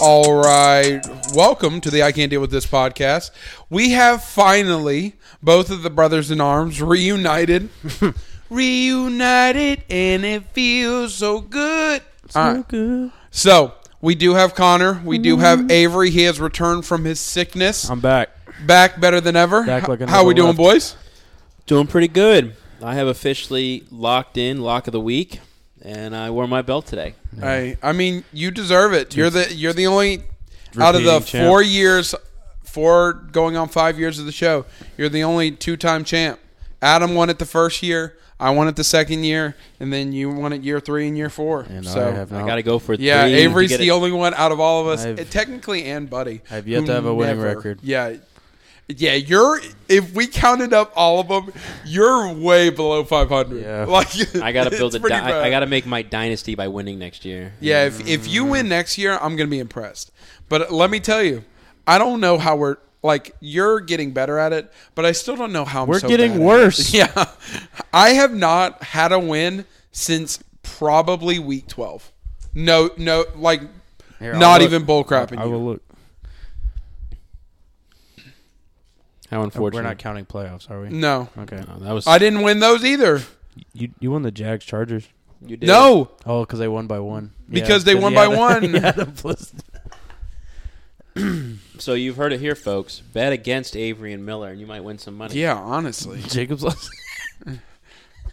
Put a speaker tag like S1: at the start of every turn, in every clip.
S1: All right. Welcome to the I Can't Deal With This podcast. We have finally both of the brothers in arms reunited. reunited, and it feels so good. So good. So, we do have Connor. We do have Avery. He has returned from his sickness.
S2: Mm-hmm. I'm back.
S1: back better than ever.
S2: Back like I
S1: How we
S2: never
S1: doing,
S2: left.
S1: boys?
S3: Doing pretty good. I have officially locked in lock of the week, and I wore my belt today.
S1: I I mean, you deserve it. You're the you're the only out of the
S2: Repeating champ.
S1: four years, four going on five years of the show. You're the only two time champ. Adam won it the first year. I won it the second year, and then you won it year three and year four.
S2: And
S1: so
S2: I have
S3: I
S2: not.
S3: got to go for
S1: yeah,
S3: three. to
S1: Avery's
S3: get
S1: the
S3: it.
S1: only one out of all of us,
S2: I've-
S1: eh, technically, and Buddy.
S2: I've yet
S1: who
S2: to have a winning record.
S1: Yeah. Yeah, you're. If we counted up all of them, you're way below 500.
S2: Yeah.
S1: Like
S3: I got to
S1: it's
S3: build a.
S1: pretty
S3: Di- I
S1: bad.
S3: got to make my dynasty by winning next year.
S1: Yeah, if, if you win next year, I'm going to be impressed. But let me tell you, I don't know how we're like you're getting better at it, but I still don't know how I'm
S2: We're
S1: so
S2: getting
S1: bad at it.
S2: worse.
S1: Yeah, I have not had a win since probably week 12. No, no, like
S2: Here, I'll
S1: not
S2: look.
S1: even bull crapping
S2: I
S1: you.
S2: will look.
S3: How unfortunate.
S2: We're not counting playoffs, are we?
S1: No,
S2: Okay.
S3: Oh, that was
S1: I didn't win those either.
S2: Mm. You you won the Jags Chargers.
S3: you did.
S1: No,
S2: Oh, because they won by one.
S1: Because they
S2: 'cause
S1: won
S2: he
S1: by
S2: had a-
S1: one.
S2: he had a plus-
S3: So you've heard it here, folks. Bet against Avery and Miller, and you might win some money.
S1: yeah, honestly,
S2: Jacob's last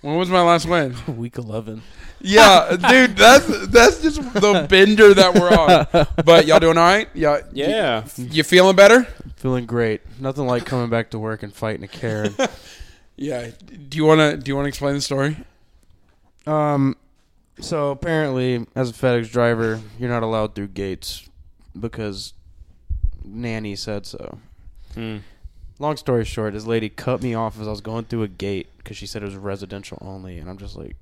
S1: when was my last win?
S2: week eleven.
S1: Yeah, dude, that's that's just the bender that we're on. But y'all doing all right? Y'all,
S3: Yeah.
S1: you, you feeling better?
S2: Feeling great. Nothing like coming back to work and fighting a Karen.
S1: Yeah. Do you wanna do you wanna explain the story?
S2: um, so apparently, as a FedEx driver, you're not allowed through gates because nanny said so.
S3: Mm.
S2: Long story short, this lady cut me off as I was going through a gate because she said it was residential only, and I'm just like,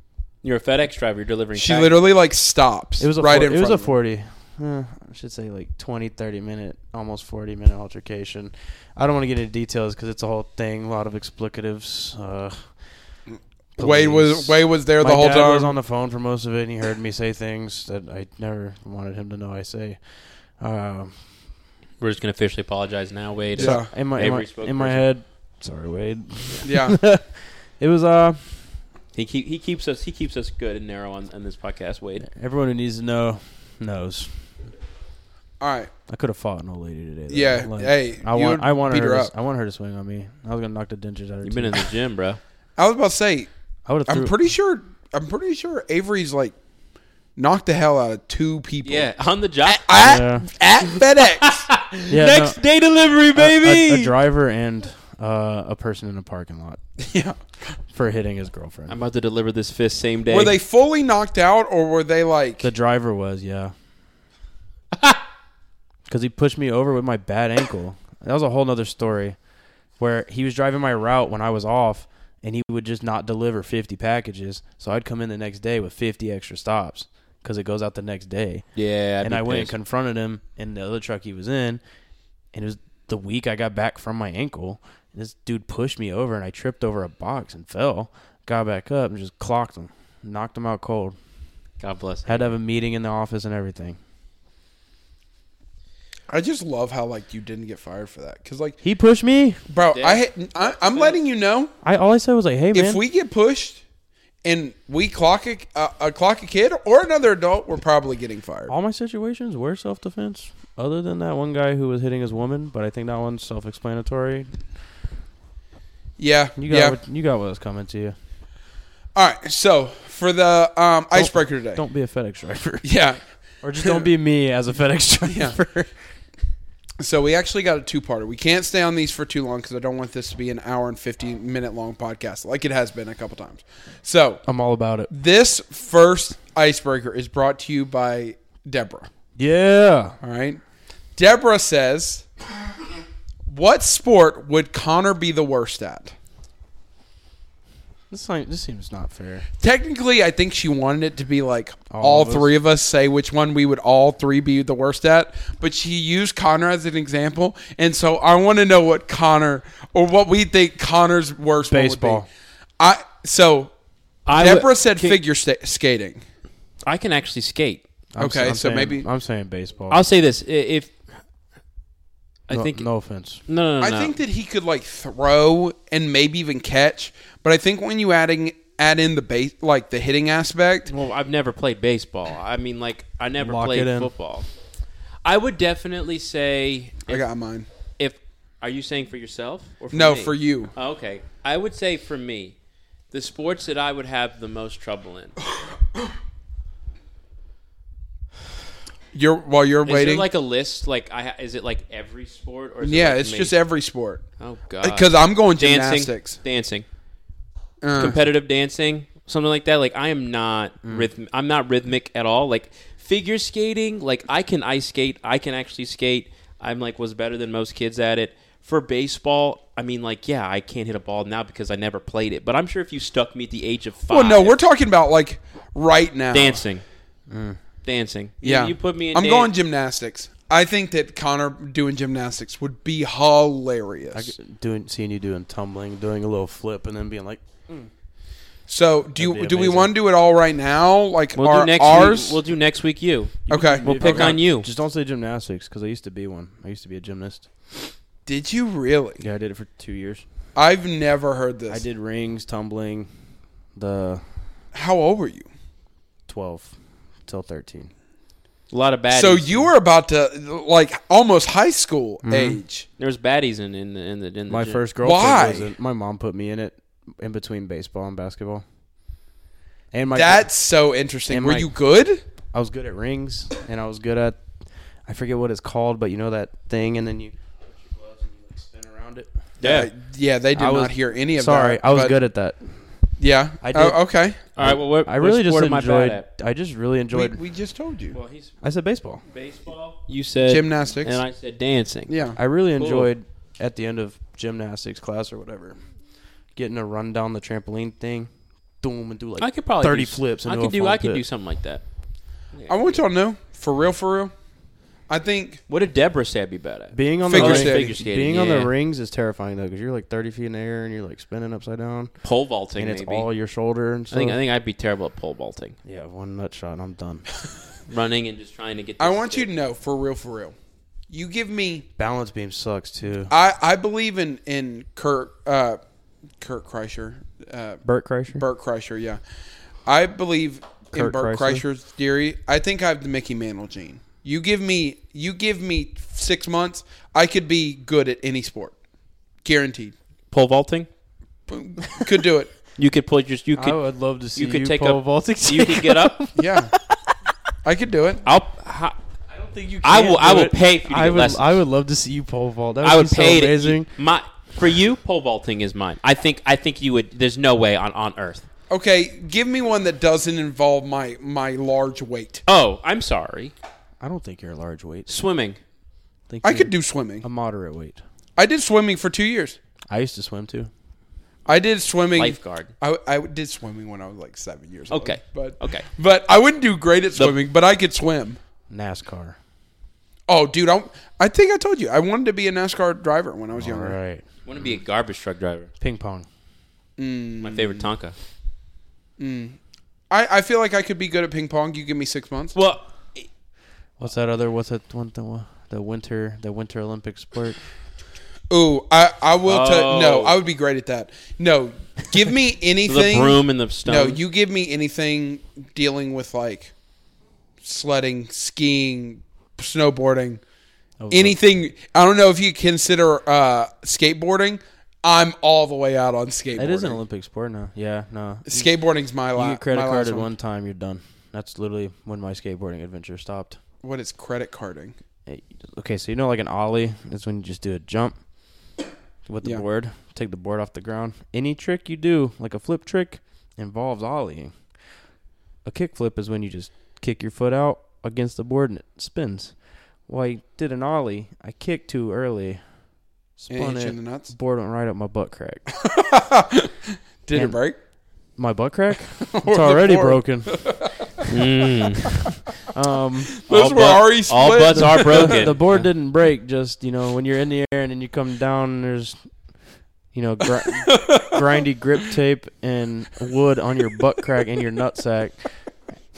S3: You're a FedEx driver. You're delivering.
S1: She
S3: pack-
S1: literally like stops.
S2: it was a
S1: right
S2: four-
S1: in
S2: it was
S1: front
S2: a
S1: of me.
S2: 40, uh, I should say like 20, 30 minute, almost 40 minute altercation. I don't want to get into details because it's a whole thing, a lot of explicatives. Uh,
S1: Wade was
S2: police.
S1: Wade was there the
S2: My
S1: whole
S2: dad
S1: time.
S2: was on the phone for most of it, and he heard me say things that I never wanted him to know I say. Um,
S3: We're just gonna officially apologize now, Wade.
S1: Yeah.
S2: in my in
S3: Avery
S2: my,
S3: spoke
S2: in my
S3: first.
S2: head, sorry, Wade.
S1: yeah.
S2: It was uh.
S3: He keep, he keeps us he keeps us good and narrow on, on this podcast, Wade.
S2: Everyone who needs to know knows.
S1: All right.
S2: I could have fought an old lady today. though.
S1: Yeah,
S2: Like,
S1: hey,
S2: I
S1: you
S2: want
S1: would
S2: I want
S1: beat
S2: her,
S1: her
S2: to-
S1: up.
S2: I want her to swing on me. I was gonna knock the dentures out of her.
S3: You've been in the gym, bro.
S1: I was about to say,
S2: I would have.
S1: I'm pretty sure I'm pretty sure Avery's like knocked the hell out of two people.
S3: Yeah, on the job.
S1: At,
S2: Yeah.
S1: at FedEx.
S2: yeah, no,
S3: day delivery,
S2: a, a, a driver and uh, a person in a parking lot
S1: yeah.
S2: for hitting his girlfriend.
S3: I'm about to deliver this fist same day.
S1: Were they fully knocked out or were they like
S2: the driver was yeah, because he pushed me over with my bad ankle. That was a whole nother story, where he was driving my route when I was off, and he would just not deliver 50 packages. So I'd come in the next day with 50 extra stops because it goes out the next day.
S3: Yeah, I'd
S2: and
S3: be
S2: I went and
S3: pissed.
S2: confronted him in the other truck he was in, and it was the week I got back from my ankle. This dude pushed me over, and I tripped over a box and fell. Got back up and just clocked him, knocked him out cold.
S3: God bless.
S2: Had to have a meeting in the office and everything.
S1: I just love how like you didn't get fired for that cuz like
S2: He pushed me.
S1: bro,
S3: Yeah.
S1: I, I I'm letting you know
S2: I all I said was like, "Hey man,
S1: if we get pushed and we clock a, a, a clock a kid or another adult, we're probably getting fired.
S2: all my situations were self defense, other than that one guy who was hitting his woman. But I think that one's self explanatory.
S1: Yeah,
S2: You got
S1: yeah.
S2: what, you got what's coming to you.
S1: all right. So for the um, icebreaker today,
S2: Don't be a FedEx driver,
S1: yeah.
S2: or just don't be me as a FedEx
S1: Yeah.
S2: driver.
S1: So we actually got a two-parter. We can't stay on these for too long because I don't want this to be an hour and fifty-minute long podcast, like it has been a couple times. So
S2: I'm all about it.
S1: this first icebreaker is brought to you by Deborah.
S2: Yeah.
S1: All right, Deborah says, "What sport would Connor be the worst at?"
S2: This ain't, this seems not fair.
S1: Technically, I think she wanted it to be like all,
S2: All of us.
S1: three of us say which one we would all three be the worst at, but she used Connor as an example, and so I want to know what Connor or what we think Connor's worst one would be.
S2: Baseball.
S1: I so
S3: I
S1: Deborah said
S3: can,
S1: figure sta- skating.
S3: I can actually skate.
S2: I'm s-
S1: Okay,
S2: I'm
S1: so
S2: saying-
S1: maybe-
S2: I'm saying baseball.
S3: I'll say this: i- if I
S2: No-
S3: think no,
S2: no offense.
S3: no, no,
S1: I
S3: no.
S1: think that he could like throw and maybe even catch, but I think when you adding add in the base like the hitting aspect,
S3: Well, I've never played baseball. I mean, like I never
S2: Lock
S3: played
S2: it in.
S3: football. I would definitely say
S1: I
S3: if,
S1: got mine.
S3: if- are you saying for yourself or for
S1: No,
S3: me?
S1: for you.
S3: Oh, Okay, I would say for me, the sports that I would have the most trouble in.
S1: You're while you're
S3: Is
S1: waiting.
S3: there like a list? Like I ha- is it like every sport or is
S1: yeah,
S3: it like
S1: it's
S3: me?
S1: just every sport.
S3: oh god
S1: Because I'm going
S3: dancing,
S1: gymnastics.
S3: dancing,
S1: Uh, Mm.
S3: competitive dancing, something like that. Like I am not rhythm. I'm not rhythmic at all. Like figure skating, like I can ice skate. I can actually skate. I'm like was better than most kids at it. For baseball, I mean, like yeah, I can't hit a ball now because I never played it. But I'm sure if you stuck me at the age of five,
S1: well, no, we're talking about like right now.
S3: dancing, dancing. You-
S1: Yeah,
S3: you, put me. in
S1: I'm
S3: dan-
S1: going gymnastics. I think that Connor doing gymnastics would be hilarious.
S2: Doing, seeing you doing tumbling, doing a little flip, and then being like,
S1: so do you
S2: That'd be
S1: do we
S2: amazing.
S1: want to do it all right now? Like
S3: We'll
S1: our,
S3: do next
S1: ours?
S3: Week, we'll do next week. You.
S1: okay.
S3: We'll pick
S1: Okay.
S3: on you.
S2: Just don't say gymnastics because I used to be one. I used to be a gymnast.
S1: Did you really?
S2: Yeah, I did it for two years.
S1: I've never heard this.
S2: I did rings, tumbling, the
S1: How old were you?
S2: twelve till thirteen.
S3: A lot of baddies.
S1: So you were about to like almost high school
S3: Mm-hmm.
S1: age.
S3: there was baddies in in the in the, in the
S2: My
S3: gym.
S2: first girlfriend
S1: Why?
S2: was in, my mom put me in it in between baseball and basketball. And my
S1: That's so interesting.
S2: And
S1: Were
S2: my-
S1: you good?
S2: I was good at rings and I was good at I forget what it's called, but you know that thing and then you put your gloves and you like spin around it.
S3: Yeah.
S1: Uh, yeah. They did
S2: I was-
S1: not hear any of
S2: Sorry,
S1: that.
S2: I was
S1: but-
S2: good at that.
S1: Yeah.
S2: I did.
S1: Oh, okay.
S3: All right. Well, what,
S2: I really
S3: what
S2: just
S3: sport am I bad
S2: enjoyed
S3: at?
S2: I just really
S1: We,
S2: enjoyed
S1: we just told you
S3: Well, he's
S2: I said baseball.
S3: baseball. You said
S1: gymnastics.
S3: and I said dancing.
S1: yeah.
S2: I really
S3: Cool.
S2: enjoyed at the end of gymnastics class or whatever, getting a run down the trampoline thing, boom, and do like
S3: I could probably
S2: thirty
S3: do,
S2: flips.
S3: I
S2: into
S3: could
S2: a
S3: do.
S2: foam
S3: I could
S2: pit.
S3: do something like that.
S1: I want y'all to know for real, for real. I think
S3: What did Deborah say I'd be bad at?
S2: Being on
S1: Figure
S2: the
S1: skating.
S2: ring,
S1: Figure
S3: skating,
S2: being on the
S3: yeah.
S2: rings is terrifying though, because you're like thirty feet in the air and you're like spinning upside down,
S3: pole vaulting,
S2: and it's
S3: maybe.
S2: all your shoulder
S3: I
S2: and stuff.
S3: think I think I'd be terrible at pole vaulting,
S2: yeah, one nut shot and I'm done.
S3: running and just trying to get.
S1: I
S3: this
S1: want you
S3: stick.
S1: to know for real, for real. You give me.
S2: Balance beam sucks too.
S1: I I believe in in Kurt uh, Kurt Kreischer. Uh,
S2: Burt Kreischer.
S1: Burt Kreischer, yeah. I believe in
S2: Kurt
S1: Burt
S2: Kreischer?
S1: Kreischer's theory. I think I have the Mickey Mantle gene. You give me you give me six months, I could be good at any sport, guaranteed.
S3: pole vaulting.
S1: Could do it.
S3: You could pull your. You
S2: I
S3: could.
S2: would love to see you,
S3: could take
S2: pole
S3: a-
S2: vaulting.
S3: You could get up.
S1: Yeah, I could do it.
S3: I'll. ha-
S2: I don't think you.
S3: I
S2: can
S3: will-
S2: do
S3: I will
S2: it.
S3: pay for you to
S2: I
S3: get
S2: would.
S3: lessons.
S2: I would love to see you pole vault. That would
S3: I would
S2: be so
S3: pay to-
S2: amazing.
S3: my for you. Pole vaulting is mine. I think. I think you would. There's no way on on earth.
S1: Okay, give me one that doesn't involve my my large weight.
S3: Oh, I'm sorry.
S2: I don't think you're a large weight.
S3: Swimming.
S2: think
S1: I
S2: you're
S1: could do swimming.
S2: a moderate weight.
S1: I did swimming for two years.
S2: I used to swim too.
S1: I did swimming.
S3: Lifeguard.
S1: I, I did swimming when I was like seven years old.
S3: Okay.
S1: but
S3: Okay.
S1: but I wouldn't do great at swimming, but I could swim.
S2: NASCAR.
S1: Oh, dude, I'm, I think I told you I wanted to be a NASCAR driver when I was
S2: All
S1: younger.
S2: right.
S3: Want to be a garbage truck driver?
S2: Ping pong.
S3: My favorite Tonka.
S1: I, I feel like I could be good at ping pong. You give me six months.
S3: Well,
S2: What's that other? What's that one? The, the winter. The winter Olympic sport.
S1: Ooh, I, I will. tell
S3: Oh.
S1: no, I would be great at that. No, give me
S3: the
S1: anything.
S3: broom and the stone.
S1: no, you give me anything dealing with like sledding, skiing, snowboarding,
S2: Oh,
S1: anything. I don't know if you consider uh, skateboarding. I'm all the way out on skateboarding.
S2: It is an Olympic sport now. Yeah, no.
S1: Skateboarding's my
S2: You
S1: la-
S2: get credit
S1: my last
S2: carded
S1: one.
S2: one time, you're done. That's literally when my skateboarding adventure stopped.
S1: What is credit carding?
S2: Hey, Okay, so you know, like an ollie is when you just do a jump with the
S1: Yeah.
S2: board, take the board off the ground. Any trick you do, like a flip trick, involves ollieing. A kick flip is when you just kick your foot out against the board and it spins. Well, I did an ollie. I kicked too early,
S1: Itch in
S2: spun it.
S1: the nuts.
S2: Board went right up my butt crack.
S1: Did it
S2: And-
S1: break?
S2: My butt crack?
S1: Or
S2: It's
S1: the
S2: already
S1: board?
S2: broken.
S3: Mm.
S2: Um,
S1: Those
S3: All
S1: were
S3: but-
S1: already split.
S3: all butts are broken.
S2: the board didn't break. Just you know, when you're in the air and then you come down, and there's you know gr- grindy grip tape and wood on your butt crack and your nut sack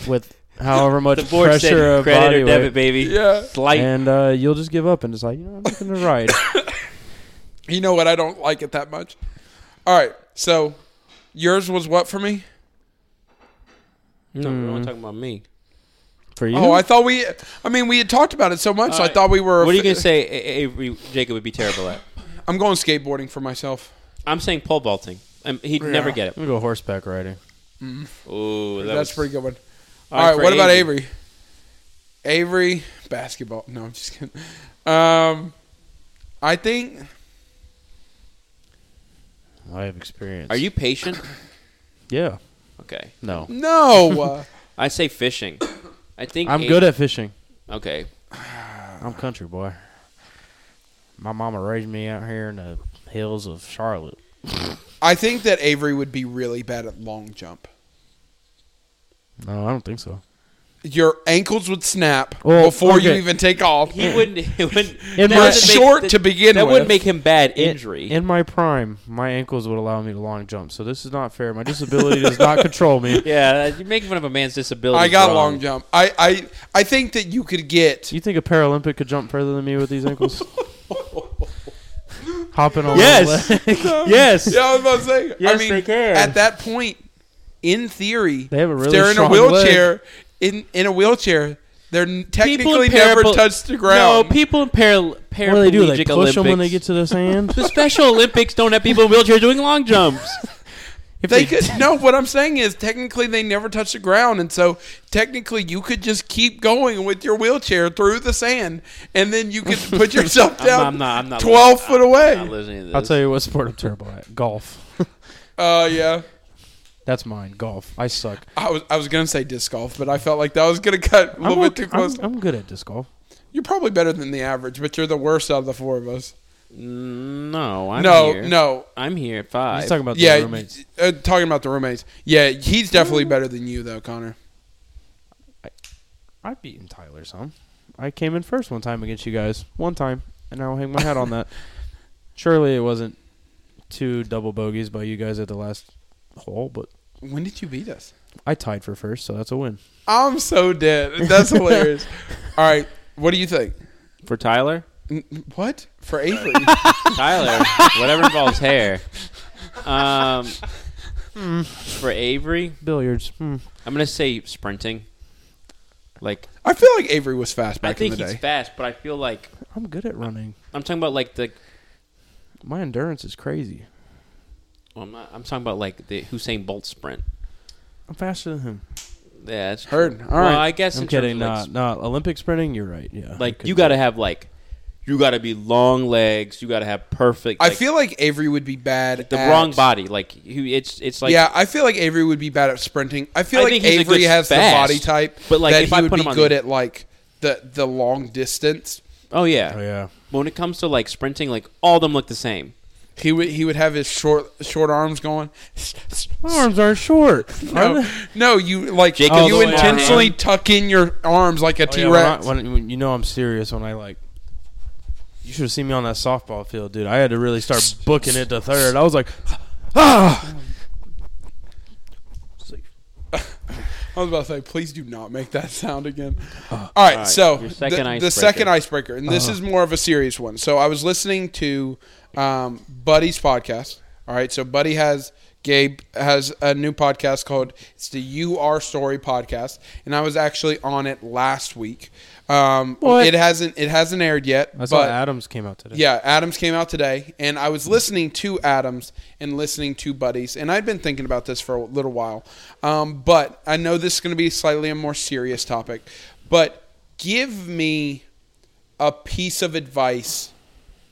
S2: with however much
S3: The board
S2: pressure
S3: said
S2: of
S3: credit
S2: body
S3: or debit,
S2: weight,
S3: baby.
S1: Yeah.
S3: Slight.
S2: and uh, you'll just give up and decide, you know, I'm not going to ride.
S1: You know what? I don't like it that much. All right. So yours was what for me?
S3: no, we're only talking about me.
S2: For you,
S1: Oh, I thought we. I mean, we had talked about it so much.
S3: All
S1: so I
S3: right.
S1: thought we were.
S3: What are you gonna say? A- Avery Jacob would be terrible at.
S1: I'm going skateboarding for myself.
S3: I'm saying pole vaulting. Um, he'd never get it.
S2: am gonna go horseback riding.
S3: Ooh, that
S1: That's
S3: was-
S1: pretty good one.
S3: All
S1: All
S3: right,
S1: right.
S3: for
S1: What about
S3: Avery.
S1: Avery? Avery basketball. No, I'm just kidding. Um, I think.
S2: I have experience.
S3: Are you patient?
S2: Yeah.
S3: Okay,
S2: No.
S1: No. uh,
S3: I say fishing. I think
S2: I'm good at fishing.
S3: Okay,
S2: I'm country boy. My mama raised me out here in the hills of Charlotte.
S1: I think that Avery would be really bad at long jump.
S2: No, I don't think so.
S1: Your ankles would snap
S3: Oh,
S2: Well,
S1: before you
S2: okay.
S1: even take off.
S3: he wouldn't. He wouldn't. that
S2: In my-
S3: doesn't make-
S1: Short
S3: that-
S1: to begin
S2: that
S3: That
S1: with.
S3: wouldn't make him bad injury.
S2: In, my prime, my ankles would allow me to long jump, so this is not fair. My disability does not control me.
S3: yeah, you're making fun of a man's disability. um,
S1: I got
S3: wrong.
S1: long jump. I, I I think that you could get.
S2: Do you think a Paralympic could jump further than me with these ankles? Hopping on
S3: Yes.
S2: my leg. yes.
S1: Yeah, I was about to say. I
S2: Yes,
S1: mean,
S2: they can.
S1: at that point, in theory,
S2: They have a
S1: if
S2: really
S1: they're in a
S2: strong
S1: wheelchair. In in a wheelchair, they're n-
S3: People
S1: technically
S3: in
S1: never
S3: parapl-
S1: touched the ground.
S3: No, people in paral- paraplegic
S2: What do they do? They push
S3: Olympics.
S2: them when they get to the sand.
S3: the Special Olympics don't have people in wheelchairs doing long jumps.
S2: If
S1: they could no. What I'm saying is, technically, they never touched the ground, and so technically, you could just keep going with your wheelchair through the sand, and then you could put yourself
S3: I'm not-
S1: down
S3: I'm not- I'm not
S1: twelve
S3: listening.
S1: foot
S3: I'm
S1: away.
S3: not listening to this.
S2: I'll tell you what sport I'm terrible at: golf.
S1: Oh yeah.
S2: That's mine. Golf. I suck.
S1: I was I was gonna say disc golf, but I felt like that was gonna cut a little
S2: I'm
S1: bit too
S2: okay- I'm-
S1: close.
S2: I'm good at disc golf.
S1: You're probably better than the average, but you're the worst out of the four of us.
S3: No, I'm
S1: no,
S3: here.
S1: no,
S3: I'm here at five.
S2: He's talking about
S1: yeah.
S2: the roommates.
S1: Uh, talking about the roommates, yeah, he's definitely better than you though, Connor.
S2: I've beaten Tyler some. I came in first one time against you guys. One time. And I'll hang my hat on that. Surely it wasn't two double bogeys by you guys at the last hole, but
S1: When did you beat us?
S2: I tied for first, so that's a win.
S1: I'm so dead. That's hilarious. All right, what do you think?
S3: for Tyler.
S1: N- What for Avery?
S3: Tyler, whatever involves hair. Um,
S2: Hmm.
S3: for Avery,
S2: Billiards. Hmm.
S3: I'm gonna say sprinting. Like
S1: I feel like Avery was fast back
S3: I think
S1: in the
S3: he's
S1: day.
S3: fast, but I feel like
S2: I'm good at running.
S3: I'm talking about like the.
S2: My endurance is crazy.
S3: Well, I'm, not, I'm talking about like the Hussein Bolt sprint.
S2: I'm faster than him.
S3: Yeah, that's true.
S1: Heard. All
S3: well,
S1: right.
S3: I guess
S2: I'm
S3: in
S2: kidding.
S3: terms of, like,
S2: Not not Olympic sprinting. You're right. Yeah.
S3: like you got to have like you got to be long legs you got to have perfect
S1: I
S3: like,
S1: feel like Avery would be bad.
S3: the
S1: at-
S3: wrong body like you it's it's like
S1: yeah, I feel like Avery would be bad at sprinting. I feel
S3: I
S1: like
S3: think he's a
S1: Avery
S3: good
S1: has
S3: spaz,
S1: the body type,
S3: but, like,
S1: that
S3: if
S1: he
S3: I
S1: would
S3: put
S1: be
S3: him on
S1: good
S3: the-
S1: at like the the long distance.
S3: oh yeah
S2: Oh yeah.
S3: when it comes to like sprinting like all of them look the same
S1: He would he would have his short short arms going.
S2: My arms are short.
S1: No, no, you like
S3: Jacob's
S1: you
S3: the long
S1: intentionally
S3: arm.
S1: tuck in your arms like a
S2: Oh,
S1: T
S2: yeah, when I-
S1: Rex.
S2: when- when- you know I'm serious when I like. You should have seen me on that softball field, dude. I had to really start booking it to third. I was like, ah.
S1: I was about to say, please do not make that sound again.
S2: Uh,
S1: all right,
S3: right,
S1: so
S3: your second
S1: the, the
S3: icebreaker.
S1: second icebreaker, and
S2: Uh-huh.
S1: this is more of a serious one. So I was listening to um, Buddy's podcast. All right, so Buddy has Gabe has a new podcast called it's the You Are Story podcast, and I was actually on it last week. Um,
S2: What?
S1: It hasn't it hasn't aired yet.
S2: I saw
S1: but-
S2: Adams came out today.
S1: yeah, Adams came out today, and I was listening to Adams and listening to Buddies, and I'd been thinking about this for a little while. Um, but I know this is going to be slightly a more serious topic. But give me a piece of advice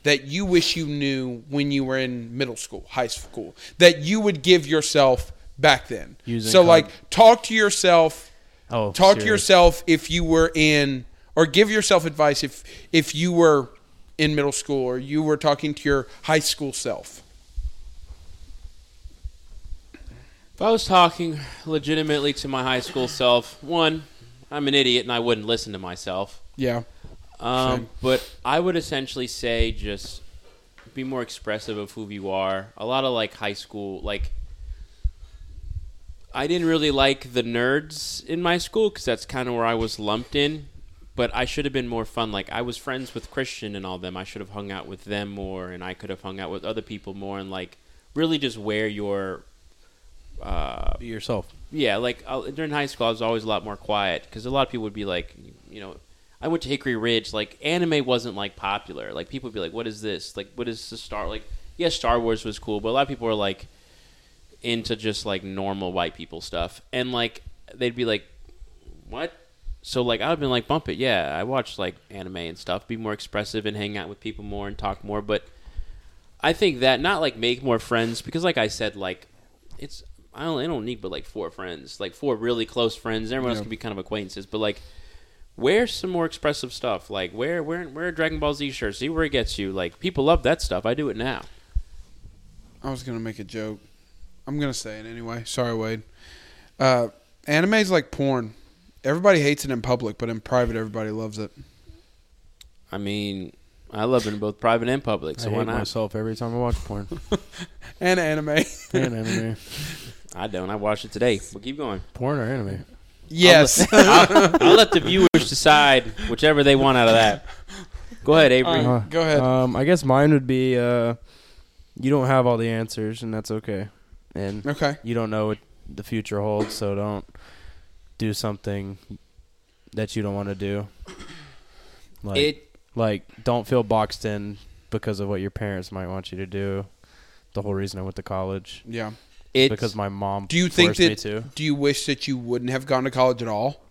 S1: that you wish you knew when you were in middle school, high school, that you would give yourself back then.
S2: Using
S1: so,
S2: con-
S1: like, talk to yourself
S2: Oh,
S1: talk to
S2: serious.
S1: yourself if you were in or give yourself advice if if you were in middle school or you were talking to your high school self
S3: if i was talking legitimately to my high school self one i'm an idiot and i wouldn't listen to myself
S1: yeah
S3: Um,
S1: Same.
S3: but I would essentially say just be more expressive of who you are. A lot of like high school, like I didn't really like the nerds in my school because that's kind of where I was lumped in. But I should have been more fun. Like I was friends with Christian and all them. I should have hung out with them more, and I could have hung out with other people more, and like really just wear your uh,
S2: Be yourself.
S3: yeah, like uh, during high school, I was always a lot more quiet because a lot of people would be like, you know, I went to Hickory Ridge. Like anime wasn't like popular. Like people would be like, "What is this? Like what is the Star?" Like yeah, Star Wars was cool, but a lot of people were like into just like normal white people stuff, and like they'd be like, "What?" So like I've been like, "Bump it, yeah." I watched like anime and stuff, be more expressive and hang out with people more and talk more, but. I think that not like make more friends because, like I said, like it's I don't, I don't need but like four friends, like four really close friends. Everyone else
S1: Yeah.
S3: can be kind of acquaintances, but like wear some more expressive stuff. Like wear wear wear a Dragon Ball Z shirt. See where it gets you. Like people love that stuff. I do it now.
S1: I was gonna make a joke. I'm gonna say it anyway. Sorry, Wade. Uh, anime's like porn. Everybody hates it in public, but in private, everybody loves it.
S3: I mean, I love it in both private and public. So
S2: I
S3: why
S2: hate
S3: not?
S2: myself every time I watch porn.
S1: And anime.
S2: and anime.
S3: I don't. I watched it today. We'll keep going.
S2: Porn or anime?
S1: yes.
S3: I'll, I'll let the viewers decide whichever they want out of that. Go ahead, Avery.
S1: Uh, Go ahead.
S2: Um, I guess mine would be uh, you don't have all the answers, and that's okay. And
S1: okay.
S2: you don't know what the future holds, so don't do something that you don't want to do. Like,
S3: it
S2: like, don't feel boxed in because of what your parents might want you to do. The whole reason I went to college
S1: Yeah.
S3: it
S2: because my mom
S1: Do you think
S2: forced me
S1: that?
S2: to.
S1: Do you wish that you wouldn't have gone to college at all?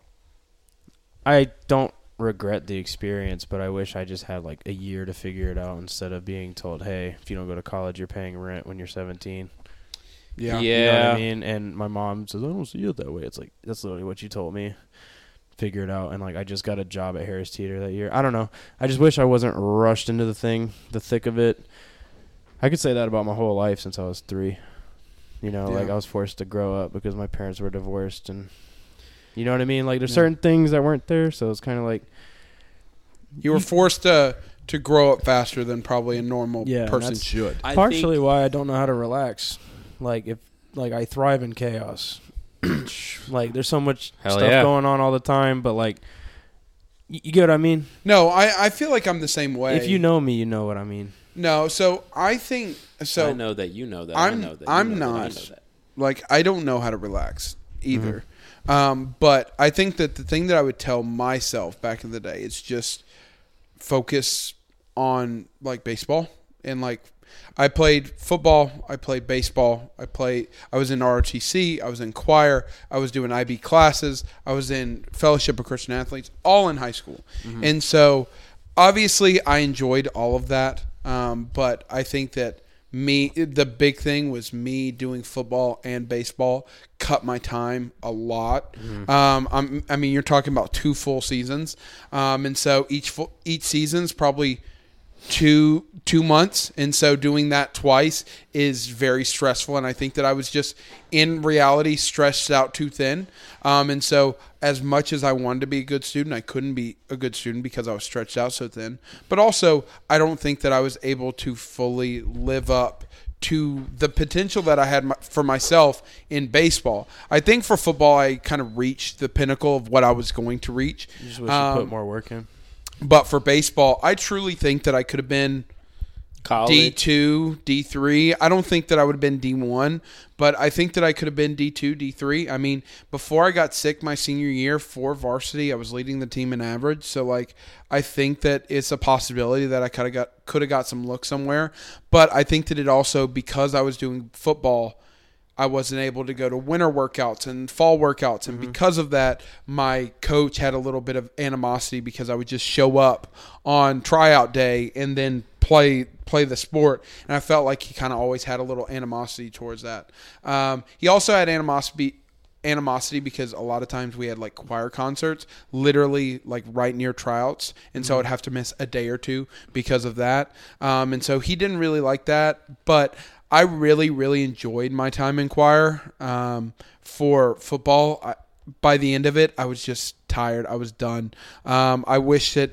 S2: I don't regret the experience, but I wish I just had like a year to figure it out instead of being told, "Hey, if you don't go to college, you're paying rent when you're 17."
S1: Yeah.
S3: Yeah.
S2: You know what I mean? And my mom says, I don't see it that way. It's like, that's literally what you told me. Figure it out. And like, I just got a job at Harris Teeter that year. I don't know. I just wish I wasn't rushed into the thing, the thick of it. I could say that about my whole life since I was three. You know, like
S1: Yeah.
S2: I was forced to grow up because my parents were divorced and. You know what I mean? Like there's
S1: Yeah.
S2: certain things that weren't there, so it's kind of like
S1: You were forced to to grow up faster than probably a normal
S2: Yeah, and
S1: person
S2: that's-
S1: should.
S3: I
S2: partially
S3: think-
S2: why I don't know how to relax. Like if like I thrive in chaos. like there's so much
S3: Hell
S2: stuff
S3: yeah.
S2: going on all the time, but like y- you get what I mean?
S1: No, I I feel like I'm the same way.
S2: If you know me, you know what I mean.
S1: No, so I think so.
S3: I know that you know that.
S1: I'm-
S3: I know that. you
S1: I'm
S3: know that, I
S1: not.
S3: know that.
S1: like I don't know how to relax either. Um, but I think that the thing that I would tell myself back in the day is just focus on like baseball and like I played football, I played baseball, I played I was in ROTC, I was in choir, I was doing IB classes, I was in Fellowship of Christian Athletes, all in high school. And so obviously I enjoyed all of that. Um, but I think that me the big thing was me doing football and baseball cut my time a lot um I'm, i mean you're talking about two full seasons um and so each full, each season's probably two two months and so doing that twice is very stressful and i think that i was just in reality stressed out too thin um, and so as much as i wanted to be a good student i couldn't be a good student because i was stretched out so thin but also i don't think that i was able to fully live up to the potential that I had my, for myself in baseball. I think for football, I kind of reached the pinnacle of what I was going to reach.
S2: You just wish
S1: Um,
S2: you put more work in.
S1: But for baseball, I truly think that I could have been D
S3: College.
S1: two, D three. I don't think that I would have been D one, but I think that I could have been D two, D three. I mean, before I got sick my senior year for varsity, I was leading the team in average. So like, I think that it's a possibility that I could have got could have got some look somewhere. But I think that it also because I was doing football. I wasn't able to go to winter workouts and fall workouts. And because of that, my coach had a little bit of animosity because I would just show up on tryout day and then play play the sport. And I felt like he kind of always had a little animosity towards that. Um, he also had animosity animosity because a lot of times we had like choir concerts literally like right near tryouts and so i'd have to miss a day or two because of that um, and so he didn't really like that but i really really enjoyed my time in choir um, for football I, by the end of it i was just tired i was done um, i wish that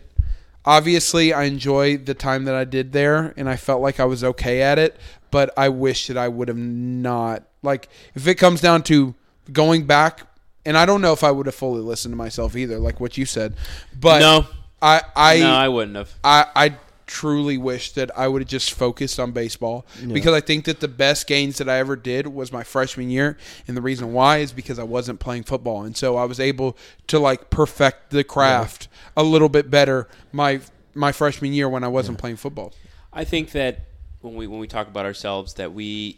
S1: obviously I enjoy the time that I did there and I felt like I was okay at it, but I wish that I would have not like if it comes down to going back, and I don't know if I would have fully listened to myself either, like what you said. But
S3: No.
S1: I I
S3: no, I wouldn't have.
S1: I, I truly wish that I would have just focused on baseball because I think that the best gains that I ever did was my freshman year, and the reason why is because I wasn't playing football, and so I was able to like perfect the craft a little bit better my my freshman year when I wasn't playing football.
S3: I think that when we when we talk about ourselves, that we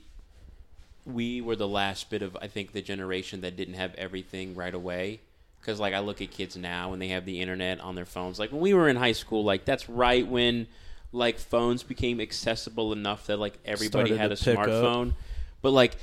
S3: we were the last bit of I think the generation that didn't have everything right away. Because like I look at kids now and they have the internet on their phones. Like when we were in high school, like that's right when like phones became accessible enough that like everybody
S2: Started
S3: had a
S2: to pick up.
S3: smartphone. But like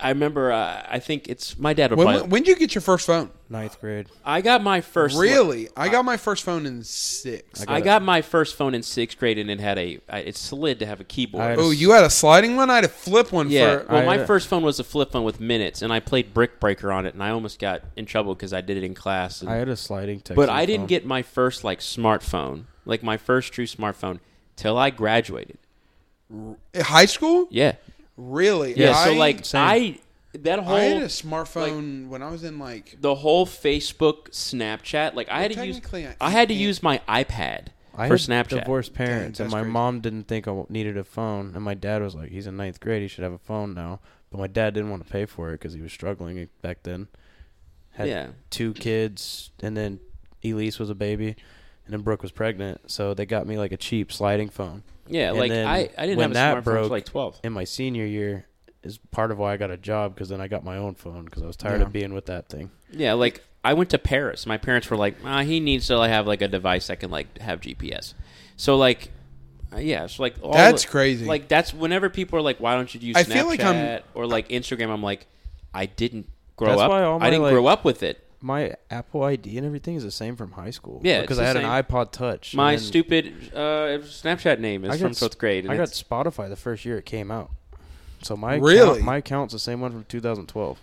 S3: I remember, uh, I think it's my dad would
S1: When,
S3: probably.
S1: when, when did you get your first phone?
S2: Ninth grade.
S3: I got my first
S1: Really, I got my first phone in six.
S3: I got my first phone in sixth grade, and it had a I- it slid to have a keyboard.
S2: I had a
S1: Oh, you had a sliding one. I had a flip one.
S3: Yeah.
S1: for
S3: well,
S2: I- uh,
S3: my first phone was a flip phone with minutes, and I played Brick Breaker on it, and I almost got in trouble because I did it in class. and-
S2: I had a sliding text.
S3: but I didn't get my first like smartphone, like my first true smartphone, till I graduated.
S1: high school.
S3: Yeah.
S1: Really?
S3: Yeah. so
S1: I-
S3: like
S2: same.
S3: I that
S1: I had a
S3: whole
S1: smartphone when I was in like
S3: the whole Facebook, Snapchat, like I had to use
S1: technically, I-
S3: I had to use my iPad
S2: I
S3: for
S2: had
S3: Snapchat.
S2: Divorced parents,
S1: Dang,
S2: and
S1: that's
S2: my
S1: crazy.
S2: mom didn't think I needed a phone, and my dad was like, "He's in ninth grade; he should have a phone now." But my dad didn't want to pay for it because he was struggling back then. Had
S3: Yeah.
S2: two kids, and then Elise was a baby, and then Brooke was pregnant, so they got me like a cheap sliding phone.
S3: Yeah,
S2: And
S3: like
S2: then
S3: I, I didn't have
S2: when
S3: a
S2: that
S3: smartphone
S2: broke-
S3: until like twelve.
S2: In my senior year, is part of why I got a job because then I got my own phone because I was tired
S1: Yeah.
S2: of being with that thing.
S3: Yeah, like I went to Paris. My parents were like, ah, "He needs to like, have like a device that can like have GPS." So like, uh, yeah, so like all
S1: That's
S3: the-
S1: crazy.
S3: Like that's whenever people are like, "Why don't you use
S1: I
S3: Snapchat
S1: feel like I'm-
S3: or like Instagram?" I'm like, I didn't grow
S2: That's
S3: up.
S2: why all
S3: I
S2: my,
S3: didn't
S2: like-
S3: grow up with it.
S2: My Apple ID and everything is the same from high school.
S3: Yeah, it's
S2: because
S3: the
S2: I had
S3: same.
S2: an iPod Touch. and
S3: My
S2: then
S3: stupid uh, Snapchat name is from
S2: s-
S3: fourth grade. and
S2: I got
S3: it's-
S2: Spotify the first year it came out. So my account-
S1: Really?
S2: my account's the same one from 2012.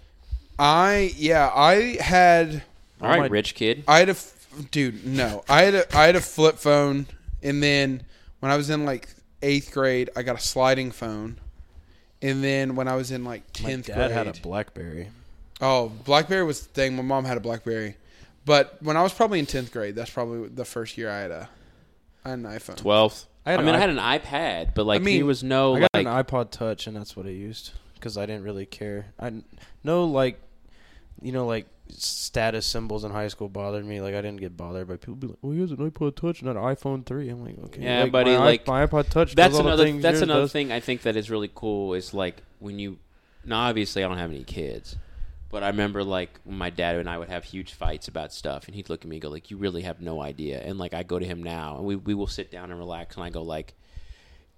S1: I yeah, I had
S3: all right,
S2: my-
S3: rich kid.
S1: I had a f- dude. No, I had a I had a flip phone, and then when I was in like eighth grade, I got a sliding phone, and then when I was in like tenth
S2: my dad
S1: grade,
S2: had a BlackBerry.
S1: oh, BlackBerry was the thing. My mom had a BlackBerry, but when I was probably in tenth grade, that's probably the first year I had a I had an iPhone.
S3: Twelve. I,
S2: I had
S3: mean,
S2: an
S3: I had an iPad, but like
S1: I mean,
S3: there was no
S2: I got
S3: like.
S2: an iPod Touch and that's what I used because I didn't really care. I didn't- no like, you know like status symbols in high school bothered me. Like I didn't get bothered by people be like, "Well, he has an iPod Touch, not an iPhone 3. I'm like, okay,
S3: Yeah,
S2: like,
S3: buddy,
S2: My, i-
S3: like,
S2: my iPod Touch.
S3: that's
S2: does all the
S3: another
S2: things
S3: that's
S2: yours
S3: another
S2: does.
S3: thing I think that is really cool is like when you now obviously I don't have any kids, but I remember like when my dad and I would have huge fights about stuff and he'd look at me and go like you really have no idea and like I go to him now and we we will sit down and relax and I go like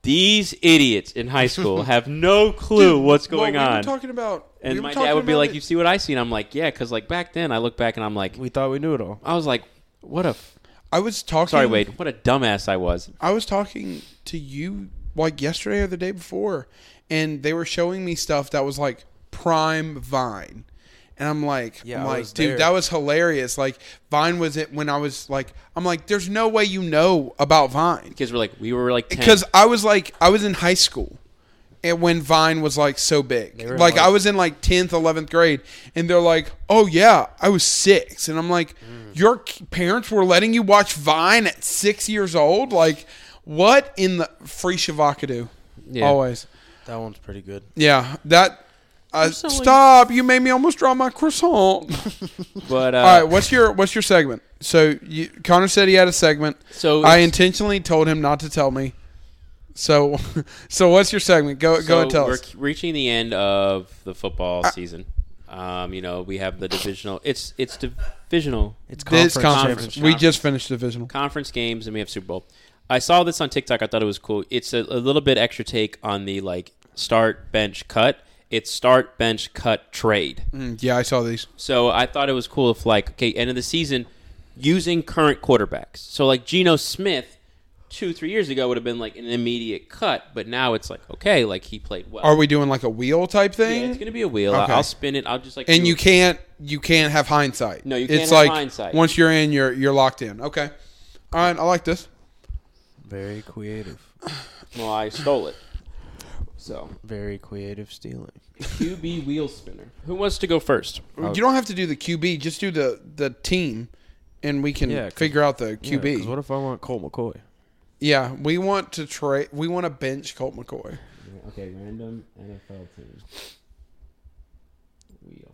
S3: these idiots in high school have no clue what's
S1: Well,
S3: going
S1: we were
S3: on.
S1: talking about,
S3: and
S1: we were
S3: my dad
S1: talking
S3: would be
S1: about
S3: like,
S1: it-
S3: "You see what I see?" And I'm like, "Yeah," because like back then, I look back and I'm like,
S2: We thought we knew it all.
S3: I was like, "What a f-
S1: I was talking.
S3: sorry, Wade, what a dumbass I was."
S1: I was talking to you like yesterday or the day before, and they were showing me stuff that was like prime Vine. And I'm like,
S2: Yeah,
S1: I'm
S2: I
S1: like,
S2: was
S1: dude,
S2: there.
S1: that was hilarious. Like, Vine was it when I was like, I'm like, there's no way you know about Vine
S3: Because we're like, we were like, 10.
S1: because I was like, I was in high school, and when Vine was like so big,
S2: were
S1: like,
S2: in,
S1: I
S2: like-
S1: was in like tenth, eleventh grade, and they're like, "Oh yeah, I was six. and I'm like,
S2: Mm.
S1: "Your k- parents were letting you watch Vine at six years old? Like, what in the free shavakadu?
S3: Yeah.
S1: Always,
S2: That one's pretty good.
S1: yeah. That uh,
S3: so, like-
S1: stop. You made me almost draw my croissant.
S3: but uh,
S1: All right, what's your what's your segment? So you, Connor said he had a segment.
S3: so
S1: I
S3: it's-
S1: intentionally told him not to tell me. So, so what's your segment? Go,
S3: So
S1: go and tell
S3: we're
S1: us.
S3: c- reaching the end of the football season. Um, you know, we have the divisional. It's it's divisional
S2: It's
S1: This
S2: conference,
S1: conference,
S2: championship.
S1: we just finished divisional.
S3: conference games, and we have Super Bowl. I saw this on TikTok. I thought it was cool. It's a, a little bit extra take on the like start bench cut. It's start bench cut trade.
S1: Mm, yeah, I saw these.
S3: So I thought it was cool if like okay, end of the season, using current quarterbacks. So like Geno Smith, two three years ago would have been like an immediate cut, but now it's like okay, like he played well.
S1: Are we doing like a wheel type
S3: Yeah,
S1: thing?
S3: it's gonna be a wheel.
S1: Okay.
S3: I I'll spin it. I'll just like
S1: and
S3: do-
S1: you can't, you can't have hindsight.
S3: No, you
S1: It's
S3: can't have
S1: like
S3: hindsight.
S1: once you're in, you're you're locked in. Okay. All right, I like this.
S2: Very creative.
S3: Well, I stole it. So
S2: Very creative stealing.
S3: QB wheel spinner. Who wants to go first?
S2: Oh.
S1: You don't have to do the QB. Just do the the team, and we can
S2: Yeah, 'cause-
S1: figure out the
S2: Yeah, 'cause
S1: QB. Yeah,
S2: what if I want Colt McCoy?
S1: we want to trade. We want to bench Colt McCoy.
S3: Okay, random NFL team. Wheel.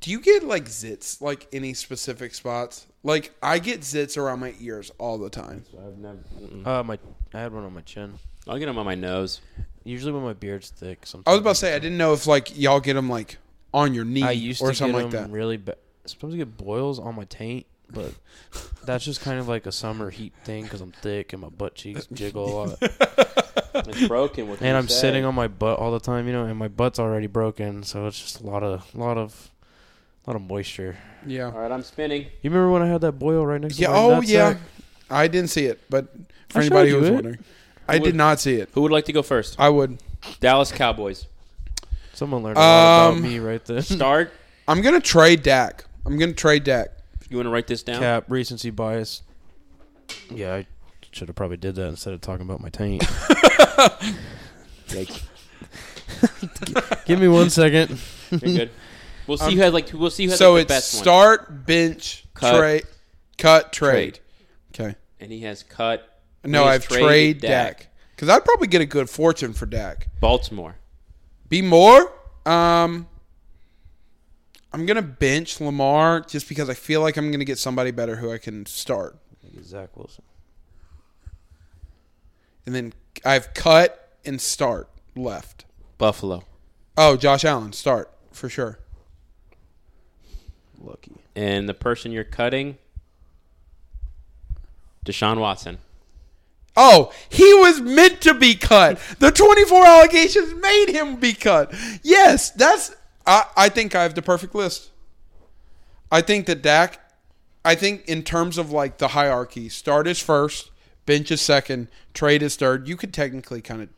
S1: Do you get like zits like any specific spots? Like I get zits around my ears all the time.
S3: So I've never.
S2: Uh, my I had one on my chin.
S3: I'll get them on my nose.
S2: Usually when my beard's thick.
S1: I
S2: Sometimes
S1: was about to say I didn't know if like y'all get them like on your knee
S2: I used
S1: or
S2: to
S1: something
S2: get
S1: like
S2: them
S1: that.
S2: really bad. Sometimes I get boils on my taint, but that's just kind of like a summer heat thing because I'm thick and my butt cheeks jiggle a lot.
S3: It's broken. What can
S2: and
S3: you
S2: I'm
S3: say?
S2: sitting on my butt all the time, you know, and my butt's already broken, so it's just a lot of lot of lot of moisture.
S1: Yeah.
S3: All right, I'm spinning.
S2: You remember when I had that boil right next
S1: Yeah.
S2: to my
S1: Oh yeah.
S2: nutsack?
S1: I didn't see it, but for
S2: I showed
S1: anybody who
S2: you
S1: was
S2: it.
S1: wondering, I
S3: would-
S1: did not see it.
S3: Who would like to go first?
S1: I would.
S3: Dallas Cowboys.
S2: Someone learned a lot
S1: Um,
S2: about me right there.
S3: Start.
S1: I'm gonna trade Dak. I'm gonna trade Dak.
S3: You want to write this down?
S2: Cap recency bias. Yeah, I should have probably did that instead of talking about my taint.
S3: Yikes.
S2: Give me one second.
S3: You're good. We'll see who has like. We'll see who has
S1: Um, So
S3: like, the
S1: it's
S3: best one.
S1: start, bench,
S3: Cut.
S1: trade, cut, trade. Okay.
S3: And he has cut.
S1: No,
S3: Please
S1: I've
S3: trade
S1: trade,
S3: Dak.
S1: Dak because I'd probably get a good fortune for Dak.
S3: Baltimore.
S1: Be more. Um, I'm gonna bench Lamar just because I feel like I'm gonna get somebody better who I can start,
S2: Zach Wilson.
S1: and then I've cut and start left.
S3: Buffalo.
S1: Oh, Josh Allen, start for sure.
S2: Lucky.
S3: And the person you're cutting. Deshaun Watson.
S1: Oh, he was meant to be cut. The 24 allegations made him be cut. Yes, that's. I, I think I have the perfect list. I think that Dak, I think in terms of like the hierarchy, start is first, bench is second, trade is third. You could technically kind of